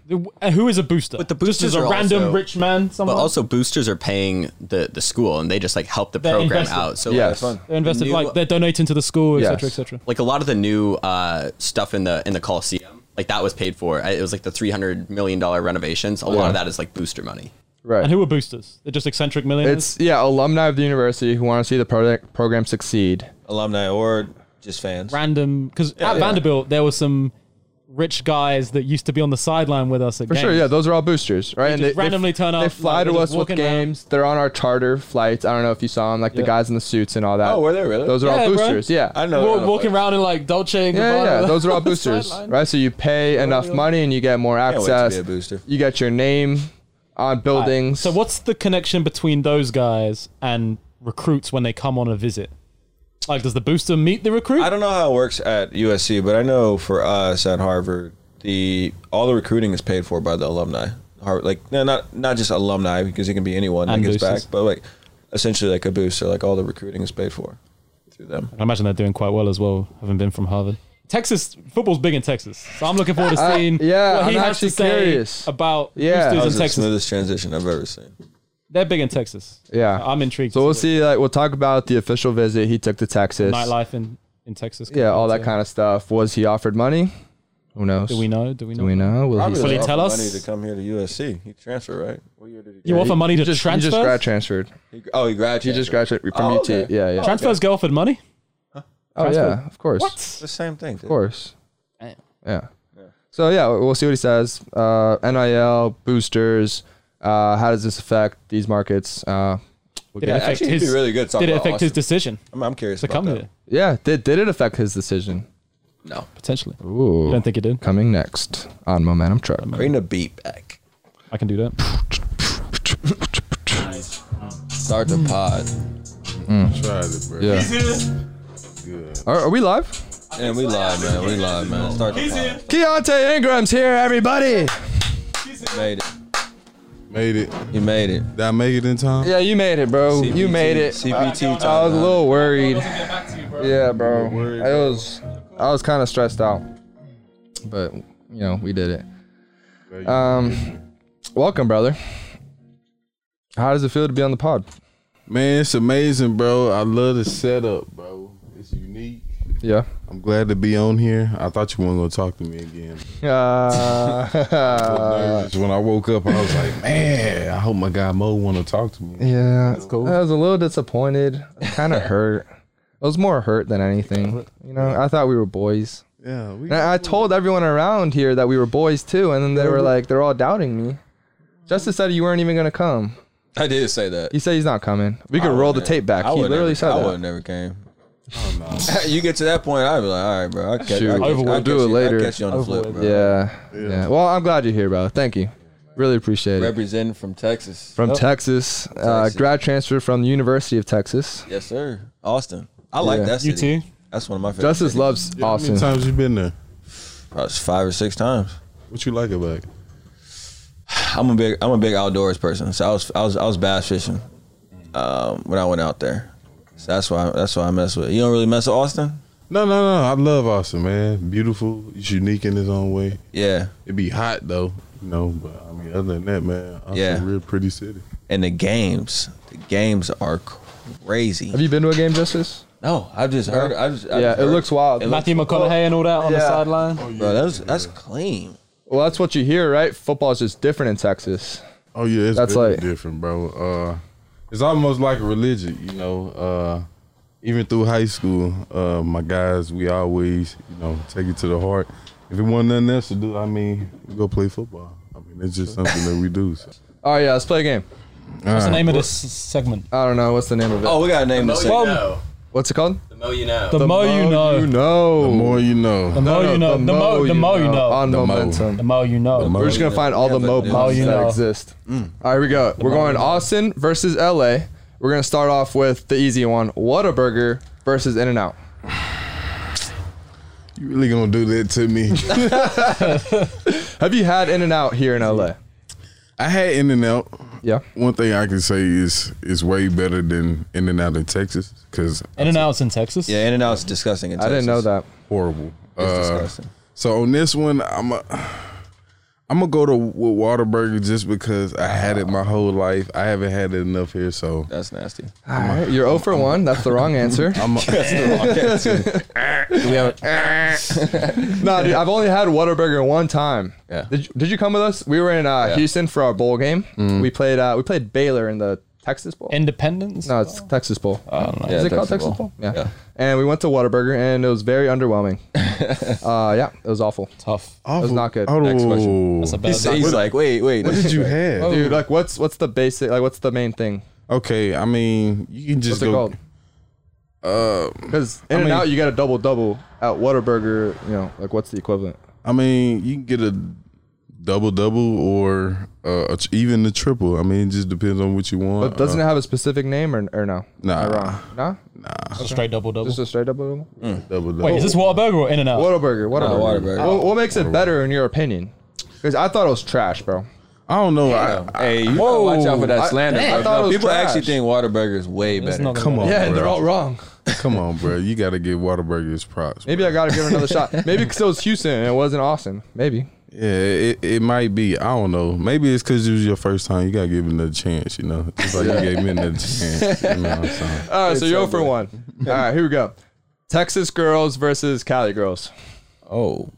Speaker 1: And who is a booster? But
Speaker 7: the
Speaker 1: Just as
Speaker 7: boosters
Speaker 1: a
Speaker 7: are
Speaker 1: random
Speaker 7: also-
Speaker 1: rich man. Someone.
Speaker 7: But also, boosters are paying the, the school, and they just like help the
Speaker 1: They're
Speaker 7: program
Speaker 1: invested.
Speaker 7: out. So
Speaker 3: Yes.
Speaker 7: like,
Speaker 1: they're invested
Speaker 7: new-
Speaker 1: like they're donating to the school, etc.,
Speaker 3: Yes.
Speaker 1: etc.
Speaker 7: like a lot of the new uh, stuff in the in the Coliseum, like that was paid for. I- It was like the three hundred million dollar renovations. A lot of that is like booster money.
Speaker 3: Right.
Speaker 1: And who are boosters? They're just eccentric millionaires.
Speaker 3: it's yeah, alumni of the university who want to see the product program succeed.
Speaker 2: Alumni or just fans.
Speaker 1: random because at Vanderbilt there were some rich guys that used to be on the sideline with us at
Speaker 3: For sure, yeah, those are all boosters, right?
Speaker 1: just randomly turn
Speaker 3: They
Speaker 1: up,
Speaker 3: fly
Speaker 1: like,
Speaker 3: to
Speaker 1: they're
Speaker 3: us
Speaker 1: just
Speaker 3: with
Speaker 1: walking around.
Speaker 3: games. They're on our charter flights. I don't know if you saw them, like the
Speaker 1: Yeah.
Speaker 3: guys in the suits and all that.
Speaker 2: Oh, were they really?
Speaker 3: Those are
Speaker 1: Yeah,
Speaker 3: all
Speaker 1: bro.
Speaker 3: boosters. Yeah,
Speaker 2: I know.
Speaker 1: Walk, walking around in like Dolce and
Speaker 3: Yeah,
Speaker 1: Gabbana.
Speaker 3: yeah, those are all
Speaker 1: on the
Speaker 3: boosters,
Speaker 1: sideline.
Speaker 3: right? So you pay enough money and you get more
Speaker 2: wait to
Speaker 3: access.
Speaker 2: be a booster.
Speaker 3: You get your name on buildings.
Speaker 1: So what's the connection between those guys and recruits when they come on a visit? Like, does the booster meet the recruit?
Speaker 2: I don't know how it works at USC, but I know for us at Harvard, the all the recruiting is paid for by the alumni. Harvard, like no, not not just alumni because it can be anyone that
Speaker 1: And
Speaker 2: gets
Speaker 1: boosters.
Speaker 2: back, but like essentially like a booster. Like all the recruiting is paid for through them.
Speaker 1: I imagine they're doing quite well as well, having been from Harvard. Texas football's big in Texas, so I'm looking forward to
Speaker 3: Uh,
Speaker 1: seeing
Speaker 3: yeah,
Speaker 1: what he
Speaker 3: I'm
Speaker 1: has to
Speaker 3: actually
Speaker 1: say
Speaker 3: curious.
Speaker 1: about
Speaker 3: Yeah.
Speaker 1: yeah,
Speaker 2: That
Speaker 1: in
Speaker 2: was the
Speaker 1: Texas.
Speaker 2: smoothest transition I've ever seen.
Speaker 1: They're big in Texas.
Speaker 3: Yeah.
Speaker 1: I'm intrigued.
Speaker 3: So we'll see. Like we'll talk about the official visit he took to Texas.
Speaker 1: nightlife in in Texas.
Speaker 3: Yeah, all that kind of stuff. Was he offered money? Who knows?
Speaker 1: Do we know? Do we know?
Speaker 3: Do we know? Will he?
Speaker 1: Will he tell us?
Speaker 2: Money to come here to USC. He transferred, right? What year did he?
Speaker 1: You offer money to
Speaker 3: He just, he
Speaker 1: transfer?
Speaker 3: just grad transferred.
Speaker 2: He- oh, he
Speaker 3: He
Speaker 2: graduated.
Speaker 3: just graduated from
Speaker 2: Oh,
Speaker 3: UT.
Speaker 2: okay.
Speaker 3: Yeah, yeah.
Speaker 1: Transfers get offered money.
Speaker 3: Oh, yeah, of course.
Speaker 2: The same thing.
Speaker 3: Of course. Yeah. So yeah, we'll see what he says. Uh, NIL boosters. Uh, how does this affect these markets? Uh, we'll
Speaker 1: Did
Speaker 3: get-
Speaker 1: it affect
Speaker 2: actually, he'd
Speaker 1: his?
Speaker 2: be really good talking
Speaker 1: did it
Speaker 2: about
Speaker 1: affect his
Speaker 2: Austin.
Speaker 1: decision
Speaker 2: I'm, I'm curious
Speaker 1: to
Speaker 2: about
Speaker 1: come
Speaker 2: that.
Speaker 1: here
Speaker 3: yeah. Did did it affect his decision?
Speaker 1: potentially?
Speaker 3: Ooh.
Speaker 1: I don't think it did.
Speaker 3: Coming next on Momentum Truck.
Speaker 2: Bring the beat back.
Speaker 1: I can do that.
Speaker 2: Start the pod.
Speaker 10: Tried it, bro.
Speaker 3: Yeah. Are, are we live?
Speaker 2: And we live, man. We live, man. Start the pod.
Speaker 3: Keontae Ingram's here, everybody.
Speaker 2: Made it.
Speaker 10: Made it.
Speaker 2: You made it.
Speaker 10: Did I make it in time?
Speaker 3: Yeah, you made it, bro. You
Speaker 2: CPT
Speaker 3: made it.
Speaker 2: CPT time.
Speaker 3: I was a
Speaker 2: huh?
Speaker 3: little worried. Yeah, bro. I was I was kind of stressed out, but you know we did it. Um, welcome, brother. How does it feel to be on the pod?
Speaker 10: Man, it's amazing, bro. I love the setup, bro. It's unique.
Speaker 3: Yeah.
Speaker 10: I'm glad to be on here. I thought you weren't gonna talk to me again.
Speaker 3: Uh,
Speaker 10: Nervous. when I woke up, I was like, man, I hope my guy Mo wanna talk to me.
Speaker 3: yeah. I was a little disappointed. Kind of hurt. I was more hurt than anything. You know, I thought we were boys.
Speaker 10: Yeah, we
Speaker 3: And I I told everyone around here that we were boys too, and then they were like, they're all doubting me. Justice said you weren't even gonna come.
Speaker 2: I did say that.
Speaker 3: He said he's not coming. We could roll the tape back.
Speaker 2: I
Speaker 3: he
Speaker 2: would've
Speaker 3: literally
Speaker 2: never,
Speaker 3: said
Speaker 2: I
Speaker 3: that.
Speaker 2: would never came. you get to that point, I'd be like, all right, bro. I catch,
Speaker 3: Shoot.
Speaker 2: I catch,
Speaker 3: Over
Speaker 2: I
Speaker 3: with. Do it
Speaker 2: catch you,
Speaker 3: later.
Speaker 2: I catch you on the flip, bro.
Speaker 3: Yeah. yeah. Well, I'm glad you're here, bro. Thank you. Really appreciate it.
Speaker 2: Representing from Texas.
Speaker 3: From Texas, uh,
Speaker 2: Texas.
Speaker 3: grad transfer from the University of Texas.
Speaker 2: Yes, sir. Austin. I like
Speaker 3: Yeah.
Speaker 2: that
Speaker 1: You
Speaker 2: city.
Speaker 1: too.
Speaker 2: That's one of my favorite.
Speaker 3: Justice
Speaker 2: cities.
Speaker 3: loves
Speaker 10: How many
Speaker 3: Austin.
Speaker 10: times you been there?
Speaker 2: Probably five or six times.
Speaker 10: What you like about it?
Speaker 2: I'm a big I'm a big outdoors person. So I was I was I was bass fishing um, when I went out there. So that's why that's why I mess with. You don't really mess with Austin?
Speaker 10: No, no, no. I love Austin, man. Beautiful. It's unique in its own way.
Speaker 2: Yeah.
Speaker 10: It'd be hot though, you know. But I mean, other than that, man, Austin's
Speaker 2: Yeah.
Speaker 10: a real pretty city.
Speaker 2: And the games, the games are crazy.
Speaker 3: Have you been to a game, Justice?
Speaker 2: no, I've just heard. I've just, I've
Speaker 3: Yeah,
Speaker 2: just
Speaker 3: it
Speaker 2: heard.
Speaker 3: looks wild.
Speaker 2: It looks-
Speaker 1: Matthew McConaughey and all that on the
Speaker 3: Yeah.
Speaker 1: sideline.
Speaker 2: bro, that's that's clean.
Speaker 3: Well, that's what you hear, right? Football is just different in Texas.
Speaker 10: Oh yeah, it's
Speaker 3: That's
Speaker 10: very
Speaker 3: like-
Speaker 10: different, bro. Uh, it's almost like a religion, you know. Uh, even through high school, uh, my guys, we always, you know, take it to the heart. If it wasn't nothing else to do, I mean, we go play football. I mean, it's just something that we do. So.
Speaker 3: All right, yeah, let's play a game.
Speaker 1: What's the name of this s- segment?
Speaker 3: I don't know. What's the name of it?
Speaker 2: Oh, we gotta name this. thing.
Speaker 3: What's it called?
Speaker 1: The, mo you know.
Speaker 3: You know.
Speaker 10: The more you know.
Speaker 1: The mo Oh, you know. The mo. The mo you know.
Speaker 3: On
Speaker 10: The Mo.
Speaker 3: momentum.
Speaker 1: The mo you know.
Speaker 3: We're just gonna find all the
Speaker 2: Yeah,
Speaker 3: Mo
Speaker 2: but- Oh,
Speaker 3: puns
Speaker 1: you
Speaker 3: that
Speaker 1: know.
Speaker 3: exist. All right, we go. We're going Austin versus LA. We're gonna start off with the easy one: Whataburger versus In and Out.
Speaker 10: You really gonna do that to me?
Speaker 3: Have you had In and Out here in LA?
Speaker 10: I had In and Out.
Speaker 3: Yeah.
Speaker 10: One thing I can say is is way better than In and Out in Texas because
Speaker 1: In and outs in Texas.
Speaker 2: Yeah, In and Out's disgusting. In
Speaker 3: I didn't know that.
Speaker 10: horrible.
Speaker 2: It's
Speaker 10: Uh,
Speaker 2: disgusting.
Speaker 10: So on this one, I'm a, I'm gonna go to with Waterburger just because I had it my whole life. I haven't had it enough here, so
Speaker 2: That's nasty.
Speaker 3: All right, you're 0 for one. That's the wrong answer.
Speaker 10: I'm a,
Speaker 3: no, dude, I've only had Whataburger one time.
Speaker 2: Yeah.
Speaker 3: Did you, did you come with us? We were in uh, Houston for our bowl game. We played uh, we played Baylor in the Texas Bowl.
Speaker 1: Independence.
Speaker 3: no, it's Texas Bowl.
Speaker 2: Yeah,
Speaker 3: Is it called Ah, Texas Bowl? Yeah. And we went to Whataburger and it was very underwhelming. uh, yeah, it was awful.
Speaker 1: Tough.
Speaker 10: awful,
Speaker 3: was not good.
Speaker 2: Next question.
Speaker 10: Horrible.
Speaker 1: That's a bad.
Speaker 2: He's, he's like, wait, wait.
Speaker 10: What did you have?
Speaker 3: Oh, Dude, like what's what's the basic like what's the main thing?
Speaker 10: Okay, I mean you can just
Speaker 3: What's it
Speaker 10: go.
Speaker 3: called? Because in and
Speaker 10: mean-
Speaker 3: out you got a double double at Whataburger, you know, like what's the equivalent?
Speaker 10: I mean you can get a double double or uh, a tr- even a triple. I mean it just depends on what you want.
Speaker 3: But doesn't
Speaker 10: uh,
Speaker 3: it have a specific name or, or no?
Speaker 10: Nah.
Speaker 3: Am I wrong? No?
Speaker 1: Just a straight double double.
Speaker 3: Just a straight double double?
Speaker 10: double double.
Speaker 1: Wait, is this Whataburger or In and Out?
Speaker 3: Mm. Whataburger, Whataburger.
Speaker 2: Whataburger.
Speaker 3: What, what makes it better in your opinion? Because I thought it was trash, bro.
Speaker 10: I don't know. I,
Speaker 2: hey, you gotta watch out for that slander. bro. No, people actually think Waterburger is way better.
Speaker 10: Come on,
Speaker 3: Yeah,
Speaker 10: bro.
Speaker 3: they're all wrong.
Speaker 10: Come on, bro. You got to give Waterburger his props.
Speaker 3: Maybe I gotta give it another shot. Maybe because it was Houston and it wasn't Austin. Maybe.
Speaker 10: Yeah, it, it might be. I don't know. Maybe it's because it was your first time. You got to give it another chance, you know? Just like you gave me another chance. You know what I'm saying?
Speaker 3: All right, so
Speaker 2: It's
Speaker 3: you're
Speaker 2: so
Speaker 3: 0 for
Speaker 2: good.
Speaker 3: one. All right, here we go. Texas girls versus Cali girls.
Speaker 2: Oh,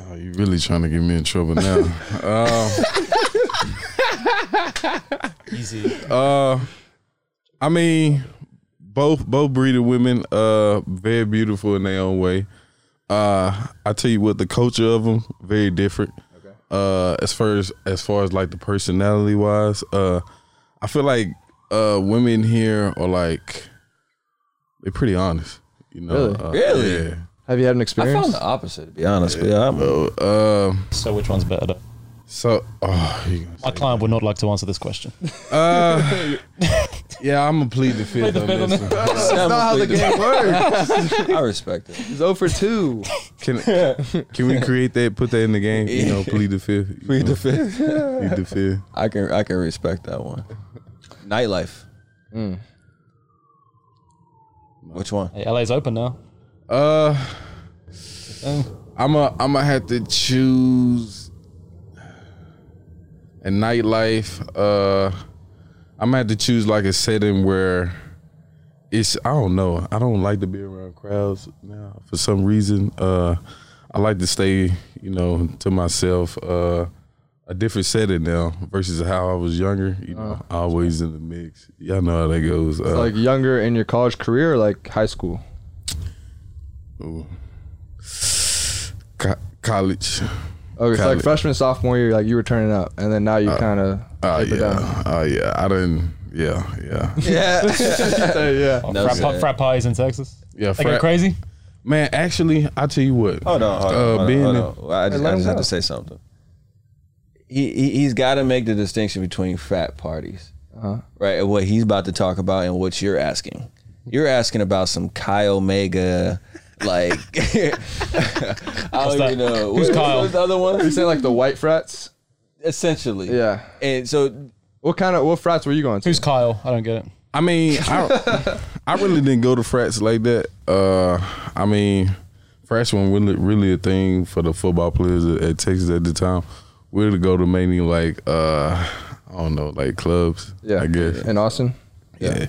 Speaker 10: Oh, you really trying to get me in trouble now. um,
Speaker 5: Easy.
Speaker 10: uh, I mean, both both breed of women, uh, very beautiful in their own way. Uh, I tell you what, the culture of them very different. Uh, as far as as far as like the personality wise, uh, I feel like uh women here are like they're pretty honest. You know,
Speaker 3: Really?
Speaker 10: Uh,
Speaker 2: Really?
Speaker 10: Yeah.
Speaker 3: Have you had an
Speaker 2: I
Speaker 3: experience?
Speaker 2: found the opposite. To be honest, with you. I'm-
Speaker 10: So, um,
Speaker 1: So which one's better? though?
Speaker 10: so oh, you gonna
Speaker 1: My client would not like to answer this question.
Speaker 10: Uh, yeah, I'm gonna plead the fifth on this one.
Speaker 2: That's not
Speaker 3: how the game works.
Speaker 2: I respect it.
Speaker 3: It's 0 for two.
Speaker 10: Can can we create that? Put that in the game. You know, plead the fifth. you know,
Speaker 2: fifth.
Speaker 10: plead the fifth.
Speaker 2: I can I can respect that one. Nightlife.
Speaker 3: Hmm.
Speaker 2: Which one?
Speaker 1: Hey, LA's open now.
Speaker 10: Uh, I'm a I'm gonna have to choose a nightlife. Uh, I'm gonna have to choose like a setting where it's I don't know. I don't like to be around crowds now for some reason. Uh, I like to stay, you know, to myself. Uh, a different setting now versus how I was younger. You know, always in the mix. Y'all know how that goes. Uh,
Speaker 3: Uh-huh. Like younger in your college career, or like high school.
Speaker 10: ooh. Co- college.
Speaker 3: Okay, so Oh, like
Speaker 10: College.
Speaker 3: freshman, sophomore year, like you were turning up, and then now you kind of.
Speaker 10: Oh
Speaker 3: taper down.
Speaker 10: yeah. Oh yeah. I didn't. Yeah. Yeah.
Speaker 2: Yeah.
Speaker 3: yeah.
Speaker 1: Oh,
Speaker 2: No,
Speaker 1: frat,
Speaker 2: sir.
Speaker 1: pi- frat parties in Texas.
Speaker 10: Yeah.
Speaker 1: They go
Speaker 10: Frat,
Speaker 1: crazy.
Speaker 10: man, actually, I tell you what.
Speaker 2: Hold on, hold on.
Speaker 10: Uh,
Speaker 2: hold on,
Speaker 10: being
Speaker 2: hold
Speaker 10: in-
Speaker 2: on. Well, I just, I
Speaker 3: let
Speaker 2: just
Speaker 3: him
Speaker 2: have
Speaker 3: go.
Speaker 2: to say something. He, he he's got to make the distinction between frat parties,
Speaker 3: Uh-huh.
Speaker 2: right? And what he's about to talk about and what you're asking. You're asking about some Kai Omega, like I
Speaker 1: that?
Speaker 2: don't even know
Speaker 1: Who's
Speaker 2: What-
Speaker 1: Kyle?
Speaker 2: what's the other
Speaker 3: You
Speaker 2: one.
Speaker 3: saying like the white frats?
Speaker 2: Essentially,
Speaker 3: Yeah.
Speaker 2: And so
Speaker 3: What kind of what frats were you going to?
Speaker 1: Who's Kyle? I don't get it.
Speaker 10: I mean, I, I really didn't go to frats like that. Uh, I mean, frats weren't really really a thing for the football players at, at Texas at the time. We would go to mainly like uh, I don't know, like clubs.
Speaker 3: yeah.
Speaker 10: I guess.
Speaker 3: In Austin,
Speaker 10: yeah.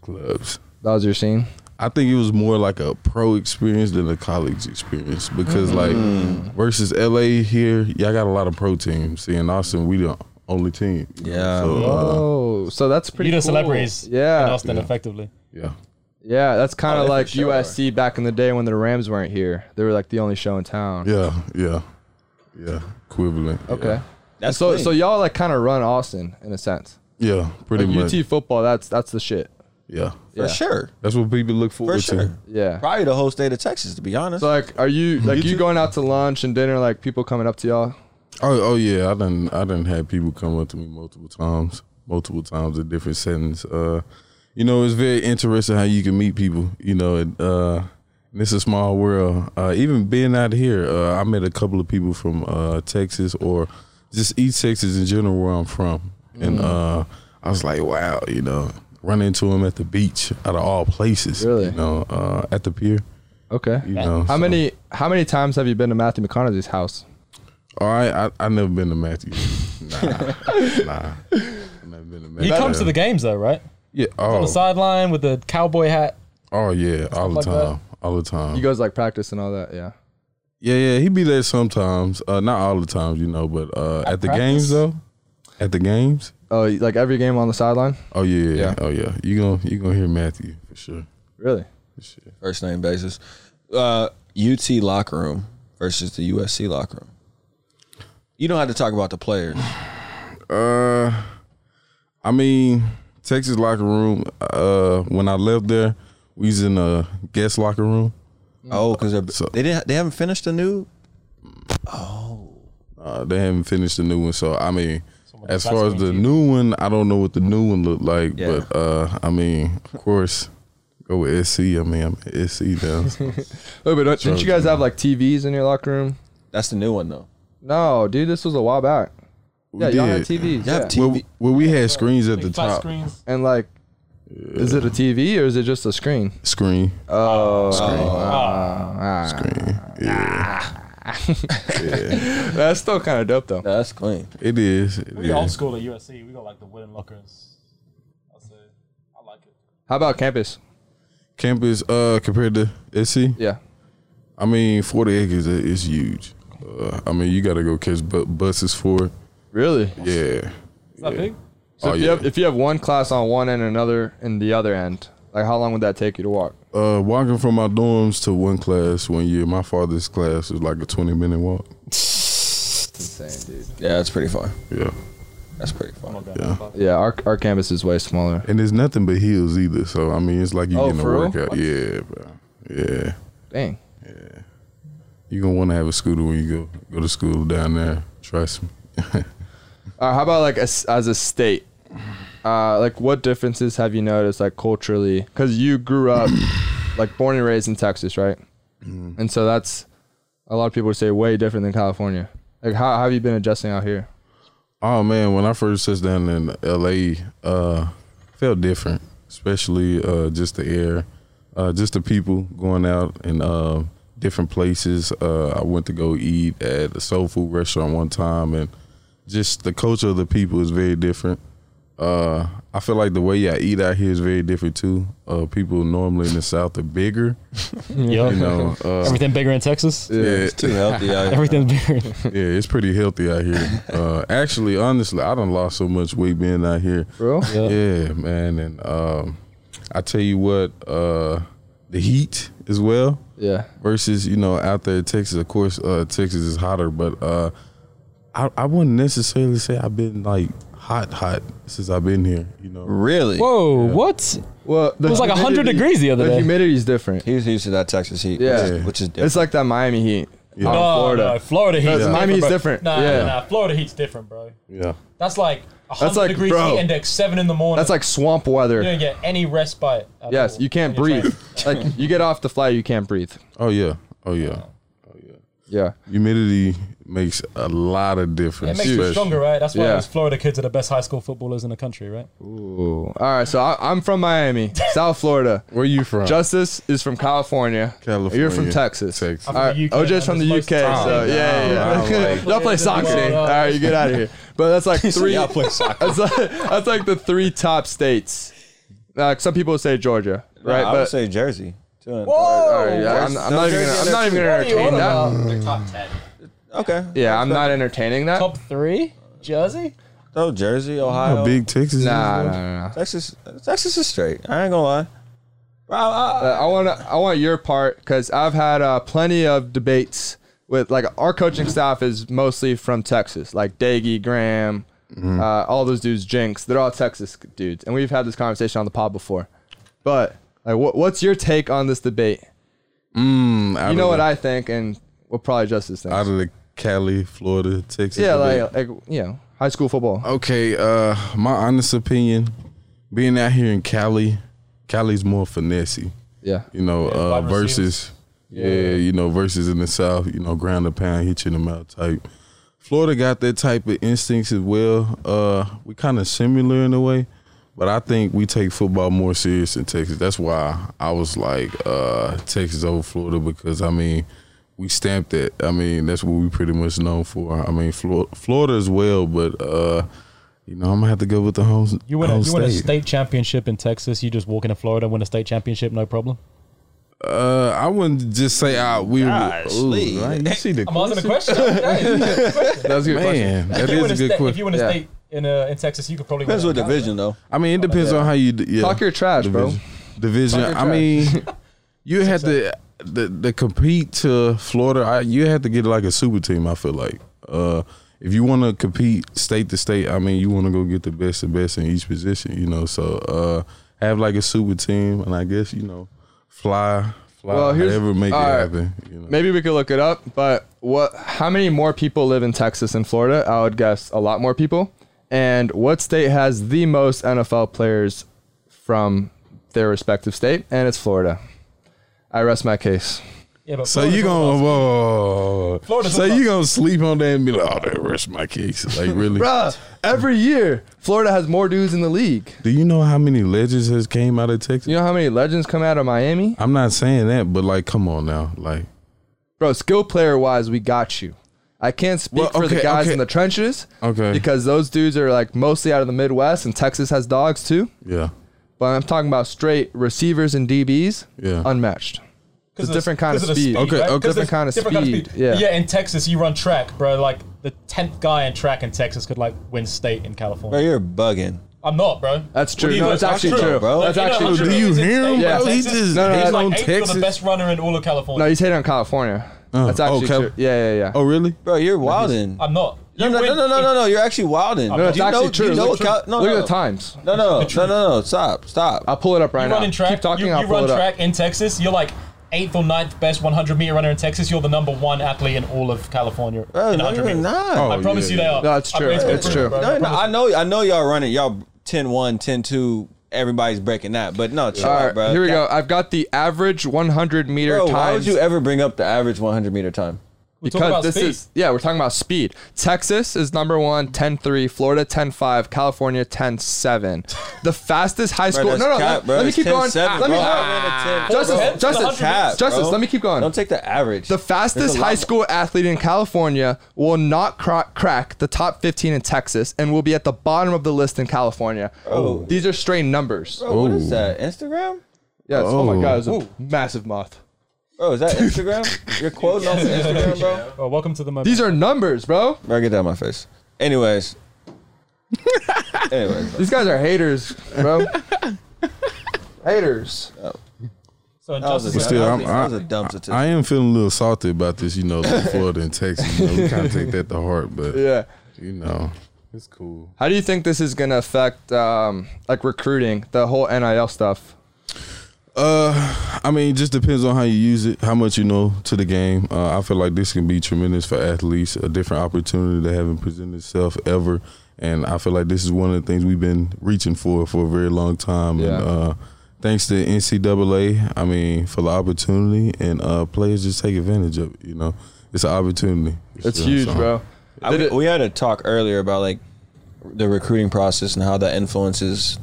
Speaker 10: Clubs.
Speaker 3: that was your scene.
Speaker 10: I think it was more like a pro experience than a college experience because
Speaker 2: Mm.
Speaker 10: like versus LA here, y'all got a lot of pro teams. See in Austin, we the only team. you know,
Speaker 2: Yeah.
Speaker 10: So, uh,
Speaker 3: Oh, so that's pretty.
Speaker 1: You know
Speaker 3: cool.
Speaker 1: celebrities
Speaker 3: Yeah.
Speaker 1: in Austin, effectively.
Speaker 10: yeah.
Speaker 3: Yeah, that's kind
Speaker 2: Oh,
Speaker 3: of
Speaker 2: they for
Speaker 3: like
Speaker 2: sure
Speaker 3: USC back in the day when the Rams weren't here. They were like the only show in town.
Speaker 10: Yeah. Yeah. Yeah. Equivalent. yeah.
Speaker 3: Okay.
Speaker 2: that's
Speaker 3: So so
Speaker 2: clean.
Speaker 3: y'all like kind of run Austin in a sense.
Speaker 10: Yeah. pretty
Speaker 3: Like,
Speaker 10: much.
Speaker 3: UT football, that's that's the shit.
Speaker 10: yeah.
Speaker 2: for sure,
Speaker 10: That's what people look
Speaker 2: for
Speaker 10: forward to.
Speaker 2: sure,
Speaker 3: Yeah.
Speaker 2: probably the whole state of Texas, to be honest.
Speaker 3: So like, are you like you
Speaker 10: too.
Speaker 3: going out to lunch and dinner? Like people coming up to y'all?
Speaker 10: Oh, oh yeah, I done I done had people come up to me multiple times, multiple times in different settings. Uh, you know, it's very interesting how you can meet people. You know, and, uh, and it's a small world. Uh, even being out here, uh, I met a couple of people from uh, Texas or just East Texas in general, where I'm from, and
Speaker 3: Mm.
Speaker 10: uh, I was like, wow, you know, run into them at the beach, out of all places,
Speaker 3: Really?
Speaker 10: you know, uh, at the pier.
Speaker 3: Okay.
Speaker 10: You know,
Speaker 3: How
Speaker 10: so-
Speaker 3: many how many times have you been to Matthew McConaughey's house?
Speaker 10: All right, I I never been to Matthew. Nah, nah, I never been to Matthew.
Speaker 1: He comes to the games though, right?
Speaker 10: yeah.
Speaker 1: On the
Speaker 10: Oh,
Speaker 1: sideline with the cowboy hat.
Speaker 10: oh yeah, all the
Speaker 1: like that.
Speaker 10: time, all the time.
Speaker 3: You guys like practice and all that, yeah.
Speaker 10: yeah, yeah, he be there sometimes. Uh, not all the times, you know, but uh, at, the
Speaker 1: practice?
Speaker 10: games though, at the games.
Speaker 3: Oh, you- like every game on the sideline?
Speaker 10: Oh yeah, yeah,
Speaker 3: Yeah.
Speaker 10: oh yeah. You gonna you gonna hear Matthew for sure.
Speaker 3: Really?
Speaker 2: first name basis. Uh, UT locker room versus the USC locker room. You don't have to talk about the players.
Speaker 3: Mm-hmm.
Speaker 10: Uh, I mean, Texas locker room. Uh, when I left there, we was in a guest locker room.
Speaker 2: Oh, because
Speaker 10: So-
Speaker 2: they didn't. They haven't finished the new.
Speaker 10: Uh, they haven't finished the new one, so I mean, as far as the new one, I don't know what the new one looked like,
Speaker 2: Yeah.
Speaker 10: but uh, I mean, of course, go with SC. I mean, I'm at SC now.
Speaker 3: Oh, Wait, but don't, didn't you guys have like TVs in your locker room?
Speaker 2: That's the new one though.
Speaker 3: No, dude, this was a while back.
Speaker 10: We
Speaker 3: yeah, y'all had
Speaker 10: did.
Speaker 3: TVs.
Speaker 10: Yeah,
Speaker 3: Yeah,
Speaker 10: Well, well, we had screens at the top.
Speaker 3: And like, is it a TV or is it just a screen?
Speaker 10: Screen.
Speaker 3: Oh,
Speaker 10: Screen.
Speaker 1: oh.
Speaker 3: ah.
Speaker 10: Screen. Yeah.
Speaker 3: That's still kind of dope though.
Speaker 2: that's clean.
Speaker 10: It is. It
Speaker 1: We
Speaker 10: is.
Speaker 1: old school at USC. We got like the wooden lockers.
Speaker 3: How about campus?
Speaker 10: Campus uh compared to SC?
Speaker 3: Yeah.
Speaker 10: I mean, 40 acres i- is huge. Uh, I mean, you got to go catch bu- buses for it.
Speaker 3: Really?
Speaker 10: Yeah.
Speaker 1: Is that big?
Speaker 3: So
Speaker 10: Oh,
Speaker 3: if you
Speaker 10: yeah.
Speaker 3: have if you have one class on one end and another in the other end, like how long would that take you to walk?
Speaker 10: Uh, walking from my dorms to one class one year, my father's class was like a 20 minute walk.
Speaker 3: Insane, dude.
Speaker 2: Yeah, that's pretty far.
Speaker 10: Yeah.
Speaker 2: That's pretty far.
Speaker 10: Yeah.
Speaker 3: Yeah, our our campus is way smaller.
Speaker 10: And there's nothing but hills either. So, I mean, it's like you
Speaker 3: Oh,
Speaker 10: getting a
Speaker 3: for real?
Speaker 10: workout. Yeah, bro. Yeah.
Speaker 3: Dang.
Speaker 10: You're going to want to have a scooter when you go, go to school down there. Trust me.
Speaker 3: All right, Uh, how about like as, as a state? Uh, like what differences have you noticed like culturally? Because you grew up like born and raised in Texas, right? And so that's a lot of people would say way different than California. Like how, how have you been adjusting out here?
Speaker 10: Oh man, when I first touched down in LA, uh felt different. Especially uh just the air, uh just the people going out and uh, different places. Uh I went to go eat at a soul food restaurant one time and just the culture of the people is very different. Uh I feel like the way I eat out here is very different too. Uh people normally in the south are bigger.
Speaker 1: Yeah.
Speaker 10: You know, uh,
Speaker 1: Everything bigger in Texas.
Speaker 10: yeah.
Speaker 2: It's too healthy out here.
Speaker 1: Everything bigger.
Speaker 10: Yeah, it's pretty healthy out here. Uh, actually, honestly, I done lost so much weight being out here.
Speaker 3: Bro?
Speaker 1: Yeah.
Speaker 10: Yeah, man. And um, I tell you what, uh, the heat as well
Speaker 3: Yeah.
Speaker 10: versus, you know, out there in Texas. Of course, uh, Texas is hotter, but uh, I, I wouldn't necessarily say I've been like hot, hot since I've been here, you know.
Speaker 2: Really?
Speaker 1: Whoa, Oh, what?
Speaker 3: Well, the
Speaker 1: It was like 100
Speaker 3: humidity-
Speaker 1: degrees the other
Speaker 3: The
Speaker 1: day.
Speaker 3: humidity is different.
Speaker 2: He's used to that Texas heat,
Speaker 3: Yeah.
Speaker 2: which, is, which is different.
Speaker 3: It's like that Miami heat.
Speaker 10: Yeah.
Speaker 3: out in
Speaker 1: No,
Speaker 3: Florida.
Speaker 1: no, Florida heat.
Speaker 3: Yeah. Miami's different.
Speaker 1: Nah,
Speaker 3: Yeah.
Speaker 1: nah, nah, Florida heat's different, bro.
Speaker 10: Yeah.
Speaker 1: That's like 100
Speaker 3: like,
Speaker 1: degrees
Speaker 3: bro.
Speaker 1: heat index, 7 in the morning.
Speaker 3: That's like swamp weather.
Speaker 1: You don't get any respite. at
Speaker 3: Yes,
Speaker 1: all
Speaker 3: you can't
Speaker 1: when you're
Speaker 3: breathe.
Speaker 1: training.
Speaker 3: like you get off the fly, you can't breathe.
Speaker 10: Oh, yeah. Oh, yeah.
Speaker 3: Yeah.
Speaker 10: Humidity makes a lot of difference.
Speaker 1: It makes you
Speaker 10: especially-
Speaker 1: stronger, right? That's why
Speaker 3: Yeah.
Speaker 1: those Florida kids are the best high school footballers in the country, right?
Speaker 3: All right, so I, I'm from Miami, South Florida.
Speaker 10: Where you from?
Speaker 3: Justice is from California.
Speaker 10: California.
Speaker 3: You're from Texas.
Speaker 10: Texas.
Speaker 3: All right,
Speaker 1: the UK,
Speaker 3: OJ's from
Speaker 1: man.
Speaker 3: the UK,
Speaker 1: It's
Speaker 3: so
Speaker 1: most-
Speaker 3: yeah, yeah.
Speaker 10: Oh,
Speaker 3: yeah.
Speaker 10: wow.
Speaker 3: Y'all play soccer. today. All right, you get out of here. But that's like three.
Speaker 2: Y'all play soccer.
Speaker 3: That's like, that's like the three top states. Like some people say Georgia, right?
Speaker 2: I would
Speaker 3: but
Speaker 2: say Jersey. Two and
Speaker 3: all right, yeah, I'm, I'm not even. Gonna, I'm not even gonna entertain that.
Speaker 2: three. Okay.
Speaker 3: Yeah, I'm not entertaining that.
Speaker 1: Top three? Jersey?
Speaker 2: So Jersey, Ohio,
Speaker 10: How big Texas is,
Speaker 3: Nah,
Speaker 10: though?
Speaker 3: nah, nah. nah.
Speaker 2: Texas. Texas is straight. I ain't gonna lie. Bro, I-
Speaker 3: Uh, I want to. I want your part because I've had uh, plenty of debates with like our coaching staff is mostly from Texas, like Daggy Graham, uh, all those dudes, Jinx. They're all Texas dudes, and we've had this conversation on the pod before. But like, what, what's your take on this debate? You know what I think, and what probably Justice
Speaker 10: out
Speaker 3: thinks.
Speaker 10: of the Cali, Florida, Texas.
Speaker 3: Yeah,
Speaker 10: debate.
Speaker 3: like, like you know, high school football.
Speaker 10: okay. Uh, my honest opinion, being out here in Cali, Cali's more finessey.
Speaker 3: Yeah,
Speaker 10: You know, uh, versus yeah. you know, versus in the South, you know, ground the pound, hit you in the mouth type. Florida got that type of instincts as well. Uh, we kind of similar in a way, but I think we take football more serious in Texas. That's why I was like uh, Texas over Florida because I mean we stamped it. I mean that's what we pretty much known for. I mean Flor- Florida as well, but uh, you know I'm gonna have to go with the home.
Speaker 1: You win, a,
Speaker 10: home
Speaker 1: you win a
Speaker 10: state.
Speaker 1: state championship in Texas, you just walk into Florida and win a state championship, no problem.
Speaker 10: Uh, I wouldn't just say ah we.
Speaker 2: Gosh,
Speaker 10: ooh,
Speaker 2: Lee.
Speaker 10: right, you see the
Speaker 1: I'm asking a question. Hey,
Speaker 3: that was a good question.
Speaker 10: man. That
Speaker 1: if you
Speaker 10: is
Speaker 1: win
Speaker 10: a good
Speaker 1: state- If
Speaker 10: question.
Speaker 1: you win a
Speaker 3: Yeah.
Speaker 1: state in, uh, in Texas, you could probably
Speaker 2: depends
Speaker 1: win.
Speaker 2: what division though.
Speaker 10: I mean, it depends on how you. d- Yeah.
Speaker 3: Talk your trash, bro.
Speaker 10: division. Division.
Speaker 3: Talk your
Speaker 10: I mean, you had to the, the compete to Florida. I, you had to get like a super team. I feel like uh, if you want to compete state to state, I mean, you want to go get the best of best in each position. You know, so uh, have like a super team, and I guess you know, fly, fly,
Speaker 3: Well, here's-
Speaker 10: however make it
Speaker 3: all right.
Speaker 10: happen. You know.
Speaker 3: Maybe we could look it up, but what? How many more people live in Texas and Florida? I would guess a lot more people. And what state has the most NFL players from their respective state? And it's Florida. I rest my case.
Speaker 1: Yeah, but
Speaker 10: so
Speaker 1: Florida's
Speaker 10: you
Speaker 1: all
Speaker 10: gonna
Speaker 1: about-
Speaker 10: whoa, whoa, whoa, whoa.
Speaker 1: Florida's
Speaker 10: so
Speaker 1: all
Speaker 10: you gonna sleep on that and be like, oh, that rest my case. Like really,
Speaker 3: Bruh, every year Florida has more dudes in the league.
Speaker 10: Do you know how many legends has came out of Texas?
Speaker 3: You know how many legends come out of Miami?
Speaker 10: I'm not saying that, but like, come on now, like,
Speaker 3: Bro, skill player wise, we got you. I can't speak
Speaker 10: Well,
Speaker 3: for the
Speaker 10: okay,
Speaker 3: guys
Speaker 10: okay.
Speaker 3: in the trenches
Speaker 10: okay,
Speaker 3: because those dudes are like mostly out of the Midwest and Texas has dogs too.
Speaker 10: yeah,
Speaker 3: But I'm talking about straight receivers and DBs,
Speaker 10: Yeah.
Speaker 3: unmatched. It's a
Speaker 1: of the-
Speaker 3: different kind of
Speaker 1: because the
Speaker 3: speed.
Speaker 1: right? 'Cause
Speaker 3: oh, Different
Speaker 1: there's
Speaker 3: kind of
Speaker 1: different
Speaker 3: speed. Yeah.
Speaker 1: But yeah, in Texas, you run track, bro. Like the tenth guy in track in Texas could like win state in California.
Speaker 2: Bro, you're bugging.
Speaker 1: I'm not, bro.
Speaker 3: That's true.
Speaker 1: What do you
Speaker 3: No,
Speaker 1: mean?
Speaker 3: it's actually true.
Speaker 2: bro.
Speaker 1: Like,
Speaker 3: That's
Speaker 1: you know
Speaker 3: actually
Speaker 1: how
Speaker 3: true.
Speaker 1: many
Speaker 10: Do you
Speaker 1: kids in
Speaker 10: hear him,
Speaker 1: state
Speaker 3: bro?
Speaker 1: in
Speaker 10: He
Speaker 1: Texas?
Speaker 10: just-
Speaker 3: No, no,
Speaker 1: he's
Speaker 3: that's
Speaker 1: like
Speaker 10: on
Speaker 1: eighth or
Speaker 10: Texas.
Speaker 1: the best runner in all of
Speaker 3: No,
Speaker 1: California.
Speaker 3: he's hating on California.
Speaker 10: Oh,
Speaker 3: That's actually
Speaker 10: oh, Cal-
Speaker 3: true. Yeah, yeah, yeah.
Speaker 10: oh really?
Speaker 2: Bro, you're wilding.
Speaker 1: I'm not.
Speaker 2: No, no, no, no, no, no, no. You're actually wilding.
Speaker 3: no, Oh, it's
Speaker 2: you
Speaker 3: actually
Speaker 2: know,
Speaker 3: true.
Speaker 2: You know
Speaker 3: Look,
Speaker 2: what Cal- no,
Speaker 3: look
Speaker 2: no.
Speaker 3: at the times.
Speaker 2: No, no, no, no, no. Stop, stop.
Speaker 3: I'll pull it up right
Speaker 1: You
Speaker 3: now.
Speaker 1: run in track.
Speaker 3: Keep talking.
Speaker 1: you
Speaker 3: I'll
Speaker 1: you
Speaker 3: pull
Speaker 1: run
Speaker 3: it up.
Speaker 1: track in Texas. You're like eighth or ninth best 100 meter runner in Texas. You're the number one athlete in all of California
Speaker 2: Bro,
Speaker 1: in
Speaker 2: no,
Speaker 1: 100
Speaker 2: you're
Speaker 1: meters.
Speaker 2: not.
Speaker 10: Oh,
Speaker 1: I promise
Speaker 10: yeah,
Speaker 1: you they are.
Speaker 3: No, it's
Speaker 1: I
Speaker 3: true.
Speaker 1: promise you
Speaker 3: It's
Speaker 1: they
Speaker 3: true.
Speaker 1: are, bro.
Speaker 2: No, no, I know, I know y'all running. Y'all 10-1, 10-2, Everybody's breaking that, but no, chill
Speaker 3: All right,
Speaker 2: out, bro.
Speaker 3: here we go. I've got the average 100 meter
Speaker 2: Bro,
Speaker 3: times.
Speaker 2: why would you ever bring up the average 100 meter time?
Speaker 1: talking about
Speaker 3: this
Speaker 1: speed.
Speaker 3: is yeah, we're talking about speed. Texas is number one, 10-3, Florida 10-5, California 10-7. The fastest high
Speaker 2: Bro,
Speaker 3: school.
Speaker 2: that's
Speaker 3: no, no,
Speaker 2: cap,
Speaker 3: let,
Speaker 2: bro.
Speaker 3: let me
Speaker 2: It's
Speaker 3: keep going.
Speaker 2: 10-7,
Speaker 3: let me
Speaker 2: bro.
Speaker 3: no,
Speaker 2: I ran a 10.
Speaker 3: Justice,
Speaker 2: Bro,
Speaker 3: Justice,
Speaker 2: that's a cap,
Speaker 3: Justice,
Speaker 2: bro.
Speaker 3: let me keep going.
Speaker 2: Don't take the average.
Speaker 3: The
Speaker 2: There's
Speaker 3: fastest
Speaker 2: a lot
Speaker 3: high
Speaker 2: more-
Speaker 3: school athlete in California will not cra- crack the top 15 in Texas and will be at the bottom of the list in California.
Speaker 2: Oh.
Speaker 3: These are strange numbers.
Speaker 2: Bro, what is that? Instagram?
Speaker 3: Yeah, it's- oh. my
Speaker 10: Oh.
Speaker 3: God, it's a massive moth.
Speaker 2: Bro, is that Instagram? You're quoting off of Instagram, bro.
Speaker 1: Bro, welcome to the moment.
Speaker 3: These are numbers, bro.
Speaker 2: Bro, get that out my face. Anyways. Anyways,
Speaker 3: These guys are haters, bro. haters.
Speaker 1: so
Speaker 2: that was a,
Speaker 1: injustice.
Speaker 2: that
Speaker 10: But still,
Speaker 2: was-
Speaker 10: I'm,
Speaker 2: that was
Speaker 10: I,
Speaker 2: a dumb statistic.
Speaker 10: I am feeling a little salty about this, you know, like Florida and Texas. You know, we kind of take that to heart, but
Speaker 3: Yeah.
Speaker 10: you know, it's cool.
Speaker 3: How do you think this is gonna affect um, like recruiting, the whole NIL stuff?
Speaker 10: Uh, I mean, it just depends on how you use it, how much you know to the game. Uh, I feel like this can be tremendous for athletes, a different opportunity that haven't presented itself ever, and I feel like this is one of the things we've been reaching for for a very long time.
Speaker 3: Yeah.
Speaker 10: And, uh, thanks to NCAA, I mean, for the opportunity, and uh, players just take advantage of it. You know, it's an opportunity.
Speaker 3: It's
Speaker 10: So-
Speaker 3: huge,
Speaker 10: so-
Speaker 3: bro.
Speaker 2: I-
Speaker 3: Did it-
Speaker 2: we had a talk earlier about like the recruiting process and how that influences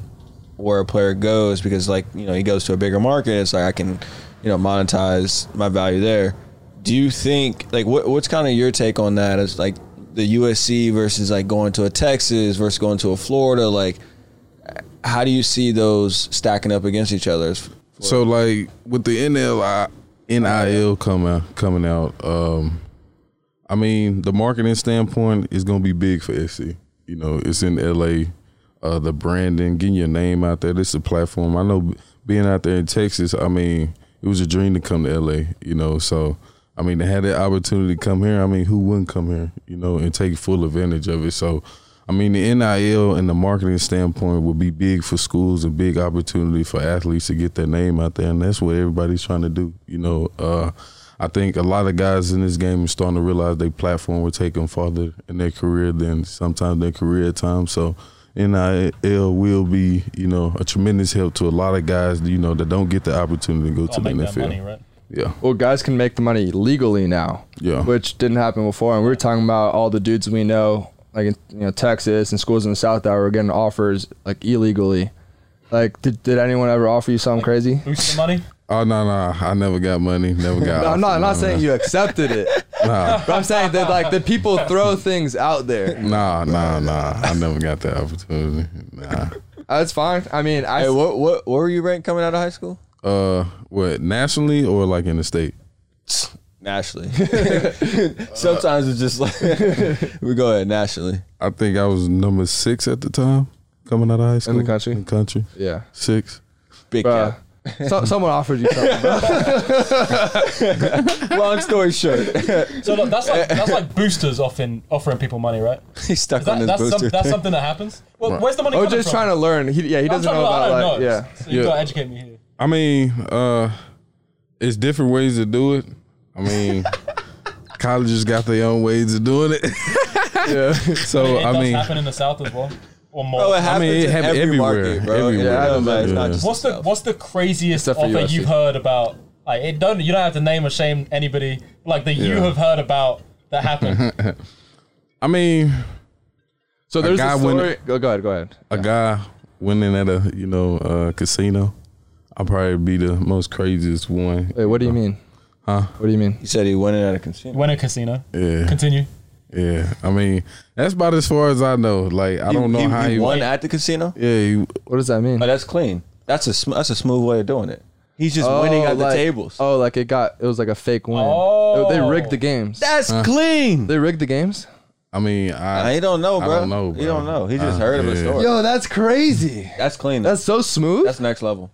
Speaker 2: where a player goes because like you know he goes to a bigger market it's like i can you know monetize my value there do you think like what, what's kind of your take on that as like the usc versus like going to a texas versus going to a florida like how do you see those stacking up against each other
Speaker 10: So like with the NLI, NIL coming coming out, um, I mean the marketing standpoint is gonna be big for FC. You know, it's in LA. Uh, the branding, getting your name out there. This is a platform. I know being out there in Texas. I mean, it was a dream to come to LA. You know, so I mean, to have that opportunity to come here. I mean, who wouldn't come here? You know, and take full advantage of it. So. I mean, the NIL and the marketing standpoint will be big for schools, a big opportunity for athletes to get their name out there, and that's what everybody's trying to do. You know, uh, I think a lot of guys in this game are starting to realize their platform will take them farther in their career than sometimes their career at times. So NIL will be, you know, a tremendous help to a lot of guys, you know, that don't get the opportunity to go to
Speaker 1: I'll
Speaker 10: the
Speaker 1: make
Speaker 10: NFL.
Speaker 1: that money, right?
Speaker 10: Yeah,
Speaker 3: well, guys can make the money legally now,
Speaker 10: yeah.
Speaker 3: which didn't happen before. And we were talking about all the dudes we know, like in you know Texas and schools in the South that were getting offers like illegally. Like, did, did anyone ever offer you something crazy?
Speaker 1: Boost the money.
Speaker 10: oh no, no, I never got money, never got.
Speaker 3: No, I'm not.
Speaker 10: offered
Speaker 3: I'm not
Speaker 10: money.
Speaker 3: saying you accepted it,
Speaker 10: Nah,
Speaker 3: but I'm saying that like the people throw things out there.
Speaker 10: nah, nah, nah. I never got that opportunity. Nah.
Speaker 3: That's fine. I mean, I
Speaker 2: hey what what where were you ranked coming out of high school
Speaker 10: Uh, what nationally or like in the state?
Speaker 2: nationally sometimes it's just like we go ahead nationally
Speaker 10: I think I was number six at the time coming out of high school
Speaker 3: country?
Speaker 10: In country,
Speaker 3: yeah.
Speaker 10: six.
Speaker 2: big
Speaker 3: Bruh.
Speaker 2: cap.
Speaker 3: So, someone offered you something. bro.
Speaker 2: Long story short,
Speaker 1: So look, that's like that's like boosters offering offering people money, right?
Speaker 2: he's stuck
Speaker 1: Is that,
Speaker 2: on his
Speaker 1: that's, some,
Speaker 2: booster.
Speaker 1: that's something that happens. Well, where's the money coming
Speaker 3: OJ's
Speaker 1: from?
Speaker 3: trying to learn. He, yeah, he
Speaker 1: I'm
Speaker 3: doesn't
Speaker 1: trying to-
Speaker 3: know
Speaker 1: I
Speaker 3: about
Speaker 1: don't
Speaker 3: like
Speaker 1: know.
Speaker 3: yeah.
Speaker 1: So you
Speaker 10: Yeah.
Speaker 1: gotta educate me here.
Speaker 10: I mean, uh, it's different ways to do it. I mean, colleges got their own ways of doing it. yeah. So
Speaker 1: It
Speaker 10: I
Speaker 1: does
Speaker 10: mean,
Speaker 1: happen in the south as well, or more.
Speaker 2: Oh, it
Speaker 10: I
Speaker 2: happens
Speaker 10: mean, it
Speaker 2: in
Speaker 10: happen
Speaker 2: every
Speaker 10: everywhere,
Speaker 2: market, bro.
Speaker 10: everywhere.
Speaker 2: Yeah, I know,
Speaker 10: Yeah.
Speaker 2: man. It's not just
Speaker 1: What's the
Speaker 2: South.
Speaker 1: what's the craziest
Speaker 3: Except for
Speaker 1: offer
Speaker 3: USC.
Speaker 1: you've heard about Like it don't you don't have to name or shame anybody. Like that you
Speaker 10: Yeah.
Speaker 1: have heard about that happened.
Speaker 10: I mean,
Speaker 3: So
Speaker 10: a
Speaker 3: there's a
Speaker 10: guy
Speaker 3: story.
Speaker 10: went-
Speaker 3: go, go ahead, go ahead.
Speaker 10: a guy went in at a you know uh, casino. I'll probably be the most craziest one.
Speaker 3: Wait, what do you mean?
Speaker 10: Huh?
Speaker 3: What do you mean?
Speaker 2: He said he went in at a casino.
Speaker 1: When a casino.
Speaker 10: Yeah.
Speaker 1: Continue.
Speaker 10: Yeah. I mean, that's about as far as I know. Like I
Speaker 2: He-
Speaker 10: don't know
Speaker 2: he,
Speaker 10: how
Speaker 2: he
Speaker 10: he
Speaker 2: won at the casino.
Speaker 10: Yeah. He,
Speaker 3: What does that mean?
Speaker 2: Oh, that's clean. That's a sm- that's a smooth way of doing it. He's just
Speaker 3: Oh,
Speaker 2: winning at the
Speaker 3: like-
Speaker 2: tables. Oh.
Speaker 3: Oh, like it got it was like a fake win. They, they rigged the games.
Speaker 2: That's clean.
Speaker 3: They rigged the games.
Speaker 10: I mean, I,
Speaker 2: He don't know,
Speaker 10: I
Speaker 2: bro.
Speaker 10: don't know,
Speaker 2: He
Speaker 10: bro.
Speaker 2: don't know. He just
Speaker 10: Uh,
Speaker 2: heard of
Speaker 10: yeah.
Speaker 2: a story.
Speaker 3: Yo, that's crazy.
Speaker 2: That's clean. That's
Speaker 3: That's so smooth.
Speaker 2: that's next level.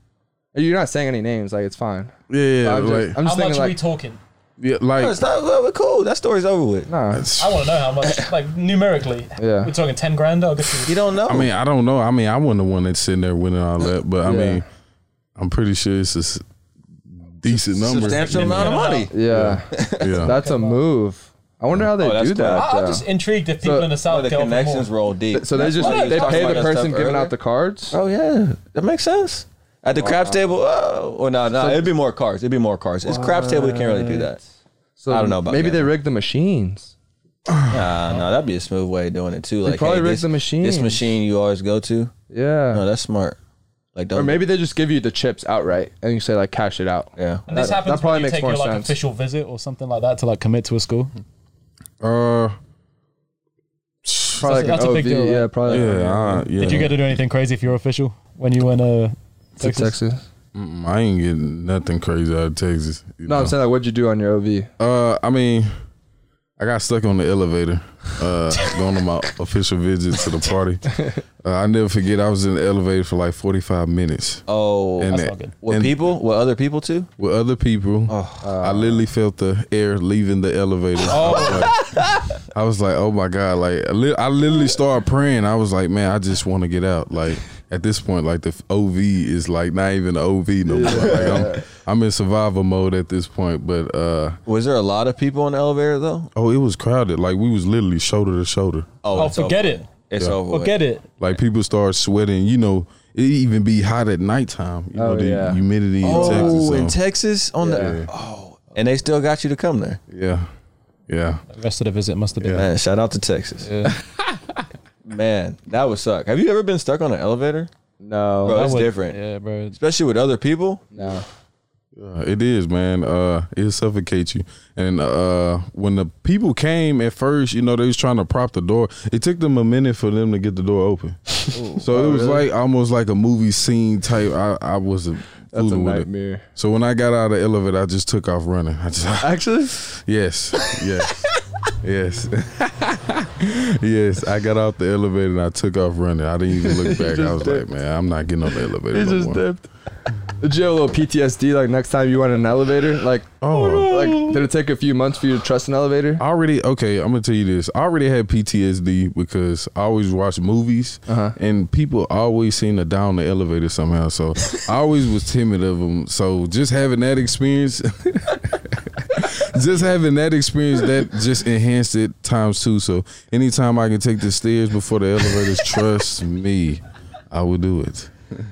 Speaker 3: You're not saying any names. Like it's fine.
Speaker 10: yeah,
Speaker 3: I'm just, I'm
Speaker 10: like,
Speaker 3: just
Speaker 1: How much
Speaker 3: thinking
Speaker 1: are we
Speaker 3: like
Speaker 1: talking?
Speaker 10: yeah, like
Speaker 2: No, it's not well, we're cool. That story's over with.
Speaker 3: nah.
Speaker 1: I want to know how much. Like numerically,
Speaker 3: Yeah.
Speaker 1: we're talking ten grand. I'll get
Speaker 2: He
Speaker 1: you.
Speaker 2: don't know.
Speaker 10: I mean, I don't know. I mean, I wasn't the one that's sitting there winning all that, but I
Speaker 3: Yeah.
Speaker 10: mean, I'm pretty sure it's a s- decent number.
Speaker 2: substantial amount of money.
Speaker 3: Yeah,
Speaker 10: Yeah.
Speaker 3: that's a move. I wonder how they
Speaker 2: Oh, that's
Speaker 3: do
Speaker 2: cool.
Speaker 3: that.
Speaker 1: I,
Speaker 3: though.
Speaker 1: am just intrigued if people
Speaker 3: So-
Speaker 1: in the
Speaker 2: Oh,
Speaker 1: south
Speaker 2: the
Speaker 1: get off more.
Speaker 2: connections roll deep.
Speaker 3: so they
Speaker 2: That's
Speaker 3: just
Speaker 2: why we
Speaker 3: they
Speaker 2: talked
Speaker 3: pay
Speaker 2: about
Speaker 3: the
Speaker 2: that stuff
Speaker 3: person giving
Speaker 2: earlier.
Speaker 3: out the cards.
Speaker 2: Oh yeah, that makes sense. At the craps table, oh, well, no, no, it'd be more cards. It'd be more cards. It's craps table. You can't really do that.
Speaker 3: So
Speaker 2: I don't know about
Speaker 3: maybe
Speaker 2: that.
Speaker 3: they rigged the machines.
Speaker 2: Nah, no, that'd be a smooth way of doing it too. Like
Speaker 3: probably
Speaker 2: hey,
Speaker 3: rigged
Speaker 2: this,
Speaker 3: the machine.
Speaker 2: This machine you always go to.
Speaker 3: Yeah.
Speaker 2: No, that's smart. Like don't.
Speaker 3: or maybe they just give you the chips outright and you say like cash it out.
Speaker 2: yeah.
Speaker 1: And this
Speaker 3: That-
Speaker 1: happens
Speaker 3: that probably
Speaker 1: when you
Speaker 3: makes
Speaker 1: take
Speaker 3: more
Speaker 1: your like
Speaker 3: sense.
Speaker 1: official visit or something like that to like commit to a school.
Speaker 2: Oh,
Speaker 10: Uh,
Speaker 3: Probably
Speaker 1: That's a- that's a big deal,
Speaker 3: Yeah,
Speaker 1: right?
Speaker 3: probably.
Speaker 10: yeah,
Speaker 3: like an
Speaker 10: I, yeah.
Speaker 1: Did you get to do anything crazy if you're official when you went uh,
Speaker 3: OV.
Speaker 1: Texas?
Speaker 3: Texas.
Speaker 10: Mm, I ain't getting nothing crazy out of Texas. you
Speaker 3: No,
Speaker 10: know.
Speaker 3: I'm saying like what'd you do on your OV?
Speaker 10: Uh, I mean, I got stuck on the elevator. Uh, going on my official visit to the party. Uh, I never forget. I was in the elevator for like 45 minutes.
Speaker 2: Oh,
Speaker 10: and
Speaker 1: not good.
Speaker 2: with
Speaker 10: and
Speaker 2: people, with other people too.
Speaker 10: with other people.
Speaker 3: Oh.
Speaker 10: I literally felt the air leaving the elevator.
Speaker 2: Oh.
Speaker 10: I, was like, I was like, oh my god! Like I, li- I literally started praying. I was like, man, I just want to get out. Like at this point, like the f- OV is like not even an OV no more. Like, I'm, I'm in survival mode at this point. But uh,
Speaker 2: Was there a lot of people in the elevator though?
Speaker 10: oh, it was crowded. Like we was literally shoulder to shoulder.
Speaker 1: Oh,
Speaker 2: it's
Speaker 1: forget
Speaker 2: over.
Speaker 1: it.
Speaker 2: It's over. with.
Speaker 1: Forget it.
Speaker 10: Like people start sweating. You know, it even be hot at nighttime. You
Speaker 3: Oh,
Speaker 10: know the
Speaker 3: yeah.
Speaker 10: humidity
Speaker 2: Oh,
Speaker 10: in Texas. so-
Speaker 2: in Texas on the. Oh, and they still got you to come there.
Speaker 10: yeah, yeah.
Speaker 1: The rest of the visit must have been.
Speaker 2: Man, shout out to Texas. Man, that would suck. Have you ever been stuck on an elevator?
Speaker 3: No.
Speaker 2: Bro,
Speaker 1: Oh, That
Speaker 2: it's
Speaker 1: would-
Speaker 2: different,
Speaker 1: Yeah, bro.
Speaker 2: especially with other people.
Speaker 3: No.
Speaker 10: Uh, it is, man. Uh, it suffocates you. And uh, when the people came at first, you know, they was trying to prop the door. It took them a minute for them to get the door open. so
Speaker 3: Oh,
Speaker 10: it was like almost like a movie scene type. I, I was a
Speaker 3: That's a
Speaker 10: fooling with it.
Speaker 3: nightmare.
Speaker 10: So when I got out of the elevator, I just took off running. I just
Speaker 3: Actually,
Speaker 10: yes, yes, yes, yes. I got out the elevator and I took off running. I didn't even look back. I was like, man, I'm not getting on the elevator.
Speaker 3: he
Speaker 10: no
Speaker 3: just
Speaker 10: more.
Speaker 3: dipped. Did you have a little PTSD like next time you went in an elevator? Like
Speaker 10: Oh.
Speaker 3: like did it take a few months for you to trust an elevator?
Speaker 10: I already okay. I'm gonna tell you this. I already had PTSD because I always watch movies,
Speaker 2: Uh-huh.
Speaker 10: and people always seem to down the elevator somehow. So I always was timid of them. So just having that experience, just having that experience, that just enhanced it times two. So anytime I can take the stairs before the elevators, trust me, I will do it.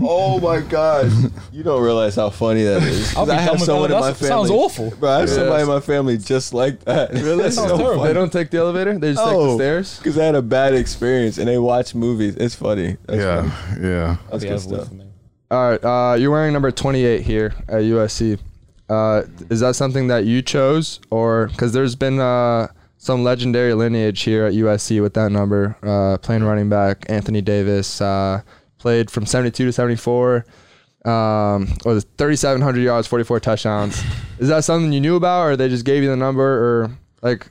Speaker 2: Oh my gosh. You don't realize how funny that is. 'Cause
Speaker 1: I'll be
Speaker 2: I
Speaker 1: done
Speaker 2: have
Speaker 1: with
Speaker 2: someone in
Speaker 1: that.
Speaker 2: my
Speaker 1: That
Speaker 2: family.
Speaker 1: sounds awful.
Speaker 2: Bro, I have somebody in my family just like that. Really? That's Oh.
Speaker 1: sounds terrible.
Speaker 3: They don't take the elevator? They just take the stairs?
Speaker 2: Because I had a bad experience and they watch movies. It's funny. That's funny.
Speaker 10: yeah, yeah.
Speaker 2: That's
Speaker 1: Yeah,
Speaker 2: good
Speaker 1: it's worth
Speaker 2: stuff.
Speaker 1: it, man.
Speaker 3: All right, uh, you're wearing number 28 here at USC. Uh, is that something that you chose, or because there's been uh, some legendary lineage here at USC with that number, uh, playing running back Anthony Davis, uh, played from 72 to 74, um, or 3,700 yards, 44 touchdowns. Is that something you knew about, or they just gave you the number, or like?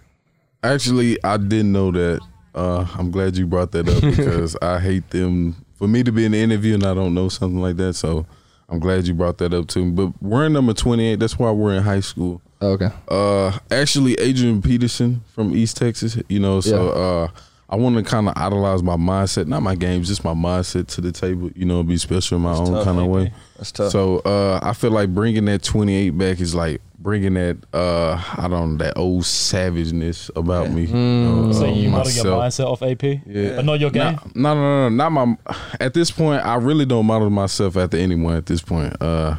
Speaker 10: Actually, I didn't know that. Uh, I'm glad you brought that up because I hate them. For me to be in the interview and I don't know something like that, so I'm glad you brought that up to me. But we're in number 28. That's why we're in high school.
Speaker 3: oh, Okay.
Speaker 10: Uh, actually, Adrian Peterson from East Texas. You know, so
Speaker 3: Yeah.
Speaker 10: uh, I want to kind of idolize my mindset, not my games, just my mindset to the table. You know, be special in my own
Speaker 2: tough,
Speaker 10: kind of
Speaker 2: ain't
Speaker 10: way.
Speaker 2: That's tough.
Speaker 10: So uh, I feel like bringing that 28 back is like bringing that uh, I don't know that old savageness about me. you know,
Speaker 1: Mm. So
Speaker 10: uh,
Speaker 1: you model your
Speaker 10: myself.
Speaker 1: mindset off AP, but not your game.
Speaker 10: No, no, no,
Speaker 3: Hmm.
Speaker 10: no, not my. At this point, I really don't model myself after anyone. At this point, uh,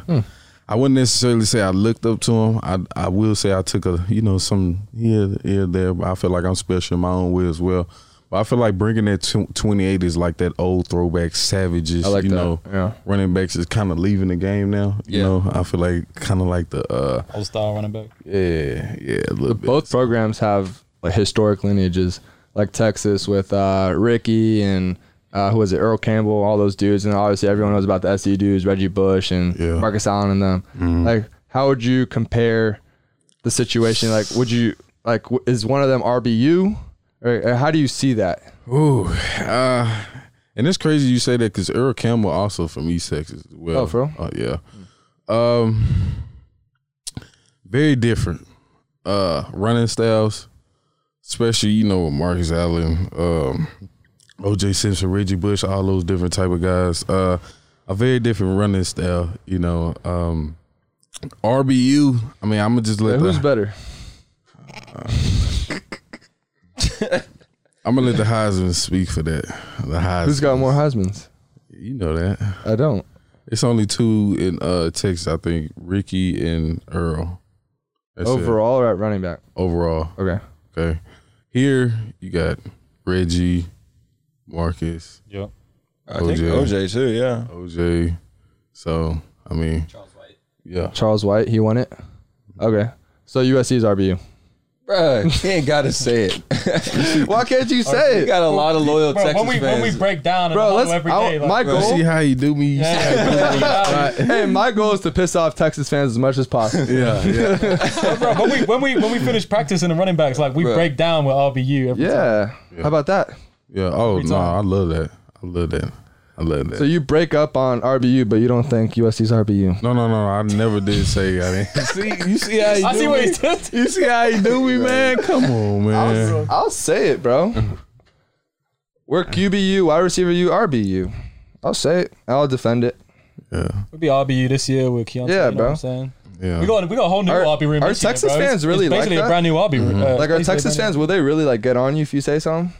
Speaker 10: I wouldn't necessarily say I looked up to him. I I will say I took a you know some here here there. But I feel like I'm special in my own way as well. But I feel like bringing that tw- 28 is like that old throwback savages.
Speaker 3: I like
Speaker 10: you
Speaker 3: that.
Speaker 10: know, running backs is kind of leaving the game now. You
Speaker 3: Yeah.
Speaker 10: know, I feel like kind of like the uh,
Speaker 1: old style running back.
Speaker 10: Yeah, yeah, a little bit.
Speaker 3: Both programs have like historic lineages, like Texas with uh, Ricky and uh, who was it, Earl Campbell, all those dudes, and obviously everyone knows about the SC dudes, Reggie Bush and Marcus Allen and them. Like, how would you compare the situation? Like, would you like w- is one of them RBU, or, or how do you see that?
Speaker 10: Ooh, uh, and it's crazy you say that because Earl Campbell also from East Texas as well.
Speaker 3: Oh, for real?
Speaker 10: Uh, yeah. Um, very different. Uh, running styles, especially you know with Marcus Allen, um, OJ Simpson, Reggie Bush, all those different type of guys. Uh, a very different running style. You know, um, RBU. I mean, I'm gonna just let
Speaker 3: Like,
Speaker 10: the-
Speaker 3: who's better?
Speaker 10: I'm gonna let the Heisman speak for that. The Heisman.
Speaker 3: Who's got more Heisman's?
Speaker 10: You know that.
Speaker 3: I don't.
Speaker 10: It's only two in uh Texas, I think. Ricky and Earl. That's it.
Speaker 3: Overall or at running back?
Speaker 10: Overall.
Speaker 3: Okay.
Speaker 10: Okay. Here you got Reggie, Marcus.
Speaker 1: Yep.
Speaker 2: I think OJ too, yeah.
Speaker 10: OJ. So I mean Charles White. Yeah.
Speaker 3: Charles White, he won it. Okay. So USC's RBU.
Speaker 2: Bruh, he ain't gotta say it.
Speaker 3: Why can't you
Speaker 2: say it? We got a lot of loyal
Speaker 1: Bro,
Speaker 2: Texas
Speaker 1: when we
Speaker 2: fans.
Speaker 1: when we break down and
Speaker 3: Bro,
Speaker 1: huddle
Speaker 3: let's-
Speaker 1: every
Speaker 3: I-
Speaker 1: day, like,
Speaker 3: my
Speaker 10: You
Speaker 3: goal.
Speaker 10: see how you do me? You see how you do me?
Speaker 3: hey, my goal is to piss off Texas fans as much as possible.
Speaker 10: Yeah, yeah.
Speaker 1: bro, when we when we when we finish practicing the running backs, like we break down with RBU every time.
Speaker 3: Yeah. How about that?
Speaker 10: Yeah. Oh
Speaker 1: Every
Speaker 10: no, I love that. I love that. I love that.
Speaker 3: So you break up on RBU, but you don't think USC's RBU.
Speaker 10: no, no, no. I never did say I didn't. see, you see how you
Speaker 1: I
Speaker 10: do
Speaker 1: see
Speaker 10: me?
Speaker 1: what he's doing.
Speaker 10: You see how you do me, man? Come on, man.
Speaker 3: I'll say it, bro. We're QBU, wide receiver U, RBU. I'll say it. I'll defend it.
Speaker 1: We'll be RBU this year with Keontae.
Speaker 3: Yeah,
Speaker 1: Yeah, bro.
Speaker 3: bro.
Speaker 1: I'm saying
Speaker 10: Yeah.
Speaker 1: we got we got a whole new
Speaker 3: Our-
Speaker 1: RB room.
Speaker 3: our
Speaker 1: this year,
Speaker 3: Texas
Speaker 1: bro. It's-
Speaker 3: fans really
Speaker 1: it's
Speaker 3: like
Speaker 1: basically
Speaker 3: that.
Speaker 1: a brand new RB room. uh,
Speaker 3: Like our
Speaker 1: basically a
Speaker 3: Texas
Speaker 1: brand
Speaker 3: fans, will they really like get on you if you say something?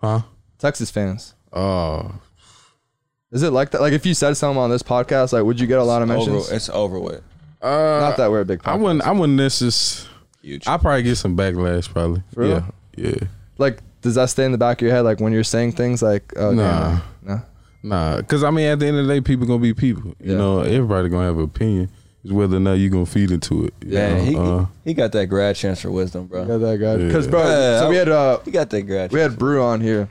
Speaker 10: Huh?
Speaker 3: Texas fans.
Speaker 10: Oh,
Speaker 3: Is it like that? Like if you said something on this podcast, like would you get a
Speaker 1: Oh,
Speaker 3: lot of mentions?
Speaker 2: Over, it's over with.
Speaker 3: Not that we're a big
Speaker 10: I
Speaker 3: podcast.
Speaker 10: wouldn't. I wouldn't necessarily.
Speaker 2: Huge.
Speaker 10: I probably get some backlash, probably.
Speaker 3: real?
Speaker 10: Yeah. Yeah.
Speaker 3: Like, does that stay in the back of your head? Like when you're saying things like, oh,
Speaker 10: Nah.
Speaker 3: no.
Speaker 10: Nah, cause I mean, at the end of the day, people gonna be people. You
Speaker 3: Yeah.
Speaker 10: know, everybody gonna have an opinion. It's whether or not you gonna feed into it. you
Speaker 2: Yeah,
Speaker 10: know?
Speaker 2: he,
Speaker 1: Uh-huh.
Speaker 10: Uh,
Speaker 2: he got that grad chancellor wisdom, bro.
Speaker 3: Yeah, that guy. Because
Speaker 10: Yeah.
Speaker 3: bro,
Speaker 2: Yeah,
Speaker 3: so we
Speaker 2: I-
Speaker 3: had uh,
Speaker 2: He got that grad.
Speaker 3: we had Brew on here.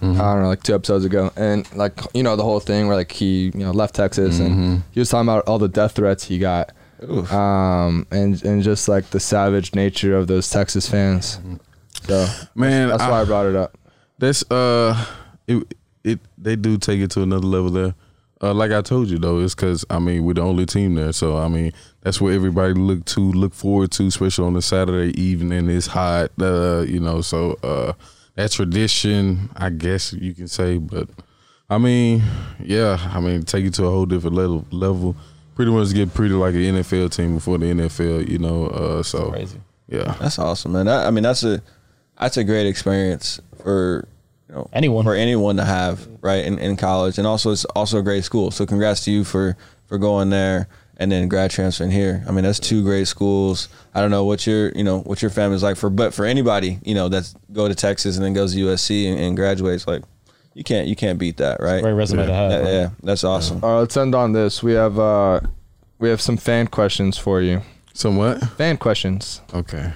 Speaker 10: Mm-hmm.
Speaker 3: I don't know, like two episodes ago, and like you know the whole thing where like he you know left Texas
Speaker 10: Mm-hmm.
Speaker 3: and he was talking about all the death threats he got, um, and and just like the savage nature of those Texas fans. So
Speaker 10: man,
Speaker 3: that's why I
Speaker 10: I-
Speaker 3: brought it up.
Speaker 10: That's uh, it it they do take it to another level there. Uh, like I told you though, it's because I mean we're the only team there, so I mean that's what everybody look to, look forward to, especially on the Saturday evening. It's hot, uh, you know, so uh, that tradition, I guess you can say, but I mean, yeah, I mean take it to a whole different level. Level, pretty much get pretty like an NFL team before the NFL, you know. Uh, so
Speaker 1: crazy.
Speaker 10: yeah,
Speaker 2: That's awesome, man. I, I mean, that's a that's a great experience for you know
Speaker 1: Anyone.
Speaker 2: for anyone to have, right? In, in college, and also it's also a great school. So congrats to you for for going there and then grad transferring here. I mean, that's two great schools. I don't know what your you know what your family's like for, but for anybody you know that's go to Texas and then goes to USC and, and graduates, like you can't you can't beat that, right?
Speaker 1: new. Great resume to have.
Speaker 2: Yeah,
Speaker 1: bro.
Speaker 2: yeah, that's awesome.
Speaker 3: All right, let's end on this. We have uh, we have some fan questions for you.
Speaker 10: somewhat
Speaker 3: Fan questions.
Speaker 10: okay.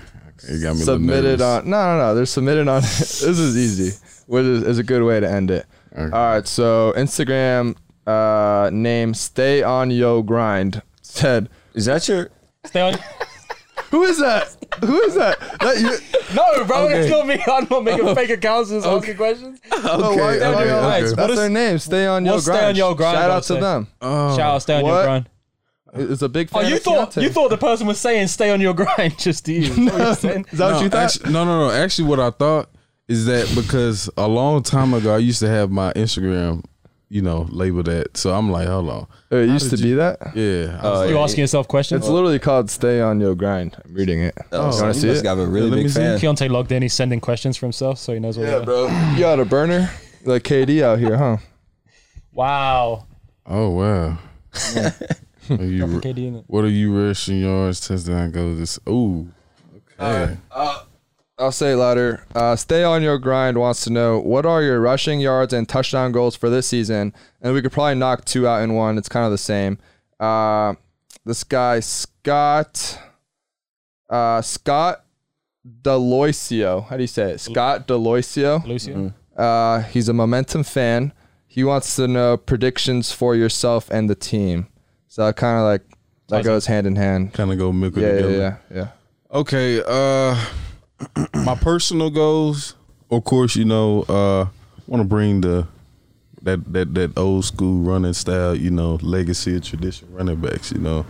Speaker 10: It got me a little
Speaker 3: submitted
Speaker 10: nervous.
Speaker 3: on no no no they're submitted on this is easy which is, is a good way to end it
Speaker 10: Okay.
Speaker 3: all right so instagram uh name stay on yo grind said
Speaker 2: Is that your
Speaker 1: Stay on.
Speaker 3: who is that who is that that you
Speaker 1: No, bro, it's not me. I'm not making fake accounts and asking questions.
Speaker 3: okay,
Speaker 10: okay, okay.
Speaker 3: that's
Speaker 1: What is-
Speaker 3: their name stay on yo
Speaker 1: what's Stay
Speaker 3: grind
Speaker 1: on Yo Grind
Speaker 3: shout
Speaker 1: gonna
Speaker 3: out to
Speaker 1: say?
Speaker 3: them
Speaker 10: Oh,
Speaker 1: Shout out, stay on
Speaker 3: what?
Speaker 1: your grind.
Speaker 3: it's a big
Speaker 1: Oh,
Speaker 3: fan
Speaker 1: you
Speaker 3: of
Speaker 1: thought
Speaker 3: Keontae.
Speaker 1: you thought the person was saying stay on your grind just to you. Is that what you're saying?
Speaker 3: is that what you thought
Speaker 10: Actually, no, no, no. Actually, what I thought is that because a long time ago, I used to have my Instagram, you know, labeled that. So I'm like, hold on.
Speaker 3: it used to
Speaker 10: did
Speaker 3: be that Oh,
Speaker 10: Yeah. I was
Speaker 1: you asking yourself questions?
Speaker 3: it's literally called stay on yo grind i'm reading it
Speaker 2: Oh,
Speaker 3: you want to see
Speaker 2: must
Speaker 3: it
Speaker 2: Got a really
Speaker 10: Let me
Speaker 2: big
Speaker 10: see.
Speaker 2: fan.
Speaker 1: Keontae logged in. He's sending questions for himself, so he knows what. Yeah, bro.
Speaker 3: you got a burner like kd out here huh
Speaker 1: Wow.
Speaker 10: oh, wow. Are you,
Speaker 1: Got the KD in it.
Speaker 10: what are you rushing yards, touchdown goes this? Ooh, okay.
Speaker 3: I'll say it louder. Uh, Stay on your grind wants to know what are your rushing yards and touchdown goals for this season, and we could probably knock two out in one. It's kind of the same. Uh, this guy Scott, uh, Scott Deloisio. How do you say it? Scott Deloisio.
Speaker 1: Deloisio.
Speaker 3: Uh, he's a momentum fan. He wants to know predictions for yourself and the team. So kind of like that goes hand in hand.
Speaker 10: Kind of go milk it
Speaker 3: yeah,
Speaker 10: together.
Speaker 3: Yeah, yeah, yeah.
Speaker 10: Okay. Uh, my personal goals, of course, you know, uh, want to bring the that that that old school running style, you know, legacy of tradition running backs. You know,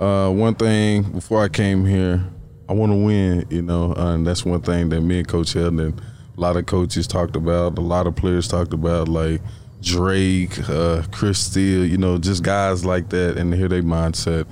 Speaker 10: uh, one thing before I came here, I want to win. You know, and that's one thing that me and Coach Held and a lot of coaches talked about, a lot of players talked about, like Drake, uh, Chris Steele. You know, just guys like that, and hear their mindset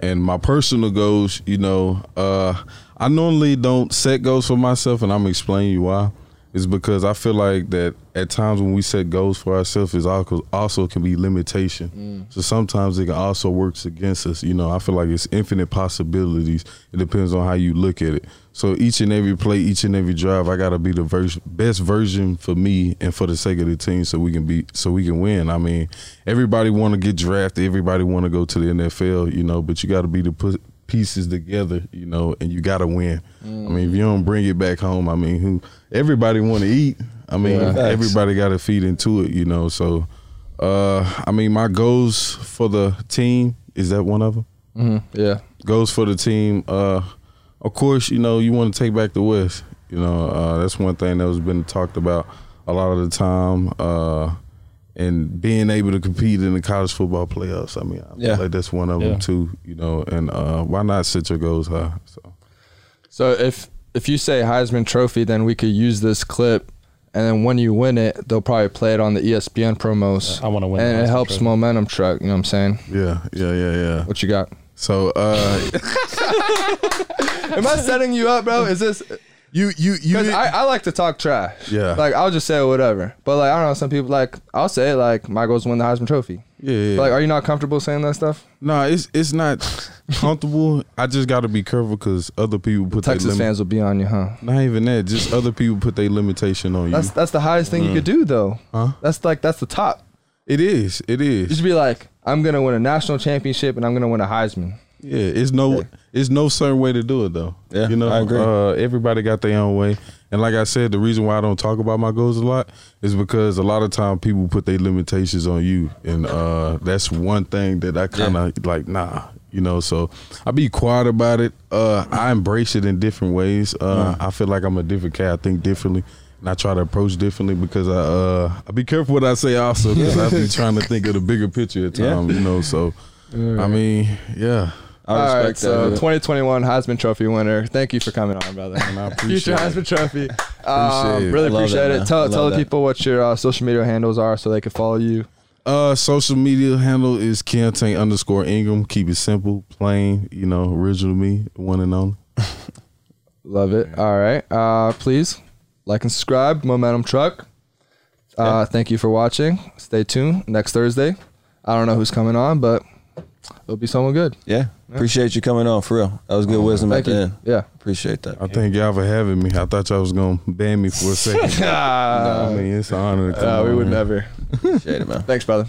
Speaker 10: and my personal goals, you know, uh, I normally don't set goals for myself, and I'm gonna explain you why. Is because I feel like that at times when we set goals for ourselves, is also also can be limitation. So sometimes it can also works against us. You know, I feel like it's infinite possibilities. It depends on how you look at it. So each and every play, each and every drive, I gotta be the vers- best version for me and for the sake of the team, so we can be so we can win. I mean, everybody want to get drafted, everybody want to go to the NFL, you know, but you gotta be the pu- pieces together, you know, and you gotta win. I mean, if you don't bring it back home, I mean, who everybody want to eat. I mean,
Speaker 2: Yeah. Facts.
Speaker 10: everybody got to feed into it, you know. So, uh, I mean, my goals for the team is that one of them
Speaker 3: hmm Yeah.
Speaker 10: goes for the team. Uh, of course, you know you want to take back the West. You know uh, that's one thing that was been talked about a lot of the time, uh, and being able to compete in the college football playoffs. I mean, I
Speaker 3: Yeah.
Speaker 10: feel like that's one of
Speaker 3: Yeah.
Speaker 10: them too. You know, and uh, why not set your goals high? So
Speaker 3: So if if you say Heisman Trophy, then we could use this clip, and then when you win it, they'll probably play it on the E ESPN promos. I want to
Speaker 1: win the
Speaker 3: and it
Speaker 1: Heisman
Speaker 3: helps
Speaker 1: Trophy.
Speaker 3: momentum truck. You know what I'm saying?
Speaker 10: Yeah, yeah, yeah, yeah.
Speaker 3: What you got?
Speaker 10: So, uh,
Speaker 3: am I setting you up, bro? Is this
Speaker 10: you you you?
Speaker 3: I, I like to talk trash.
Speaker 10: Yeah.
Speaker 3: Like I'll just say whatever, but like I don't know. Some people like I'll say like my goals win the Heisman Trophy.
Speaker 10: yeah, yeah.
Speaker 3: But, like, are you not comfortable saying that stuff?
Speaker 10: No, it's it's not comfortable. I just got to be careful because other people put their
Speaker 3: Texas
Speaker 10: lim-
Speaker 3: fans will be on you, huh?
Speaker 10: Not even that. Just other people put their limitation on you.
Speaker 3: That's that's the highest thing you
Speaker 10: Mm.
Speaker 3: could do, though.
Speaker 10: Huh?
Speaker 3: That's like that's the top.
Speaker 10: It is. It is.
Speaker 3: You should be like, I'm gonna win a national championship and I'm gonna win a Heisman.
Speaker 10: Yeah, it's no it's no certain way to do it though. Yeah, you know,
Speaker 2: I agree.
Speaker 10: Uh, everybody got their own way, and like I said, the reason why I don't talk about my goals a lot is because a lot of time people put their limitations on you, and uh, that's one thing that I kind of like. Nah, you know, so I be quiet about it. Uh, I embrace it in different ways. Uh, I feel like I'm a different cat. I think differently. And I try to approach differently because I uh, I be careful what I say also because I be trying to think of the bigger picture at
Speaker 2: Yeah.
Speaker 10: times, you know. So I mean, yeah.
Speaker 3: All right, so 2021 Heisman Trophy winner. Thank you for coming on, brother.
Speaker 10: I
Speaker 3: Future
Speaker 10: appreciate
Speaker 3: Heisman
Speaker 10: it.
Speaker 3: Trophy. Um,
Speaker 10: Appreciate it.
Speaker 3: Really
Speaker 10: Love
Speaker 3: appreciate
Speaker 10: that,
Speaker 3: it.
Speaker 10: man.
Speaker 3: Tell
Speaker 10: Love
Speaker 3: tell the
Speaker 10: that.
Speaker 3: people what your uh, social media handles are so they can follow you.
Speaker 10: Uh, social media handle is Keontaine underscore Ingram. Keep it simple, plain. You know, original me, one and only.
Speaker 3: Love it. All right, uh, please like and subscribe. Momentum Truck. Uh, Thank you for watching. Stay tuned next Thursday. I don't know who's coming on, but it'll be someone good.
Speaker 2: Yeah. Appreciate you coming on for real. That was good wisdom
Speaker 3: Thank
Speaker 2: at
Speaker 3: you.
Speaker 2: the end.
Speaker 3: Yeah.
Speaker 2: Appreciate that.
Speaker 10: I thank y'all for having me. I thought y'all was gonna ban me for a second.
Speaker 3: Ah.
Speaker 10: I mean, it's an honor. To come
Speaker 3: Uh, we
Speaker 10: on
Speaker 3: would
Speaker 10: here.
Speaker 3: never.
Speaker 2: Appreciate it, man.
Speaker 3: Thanks, brother.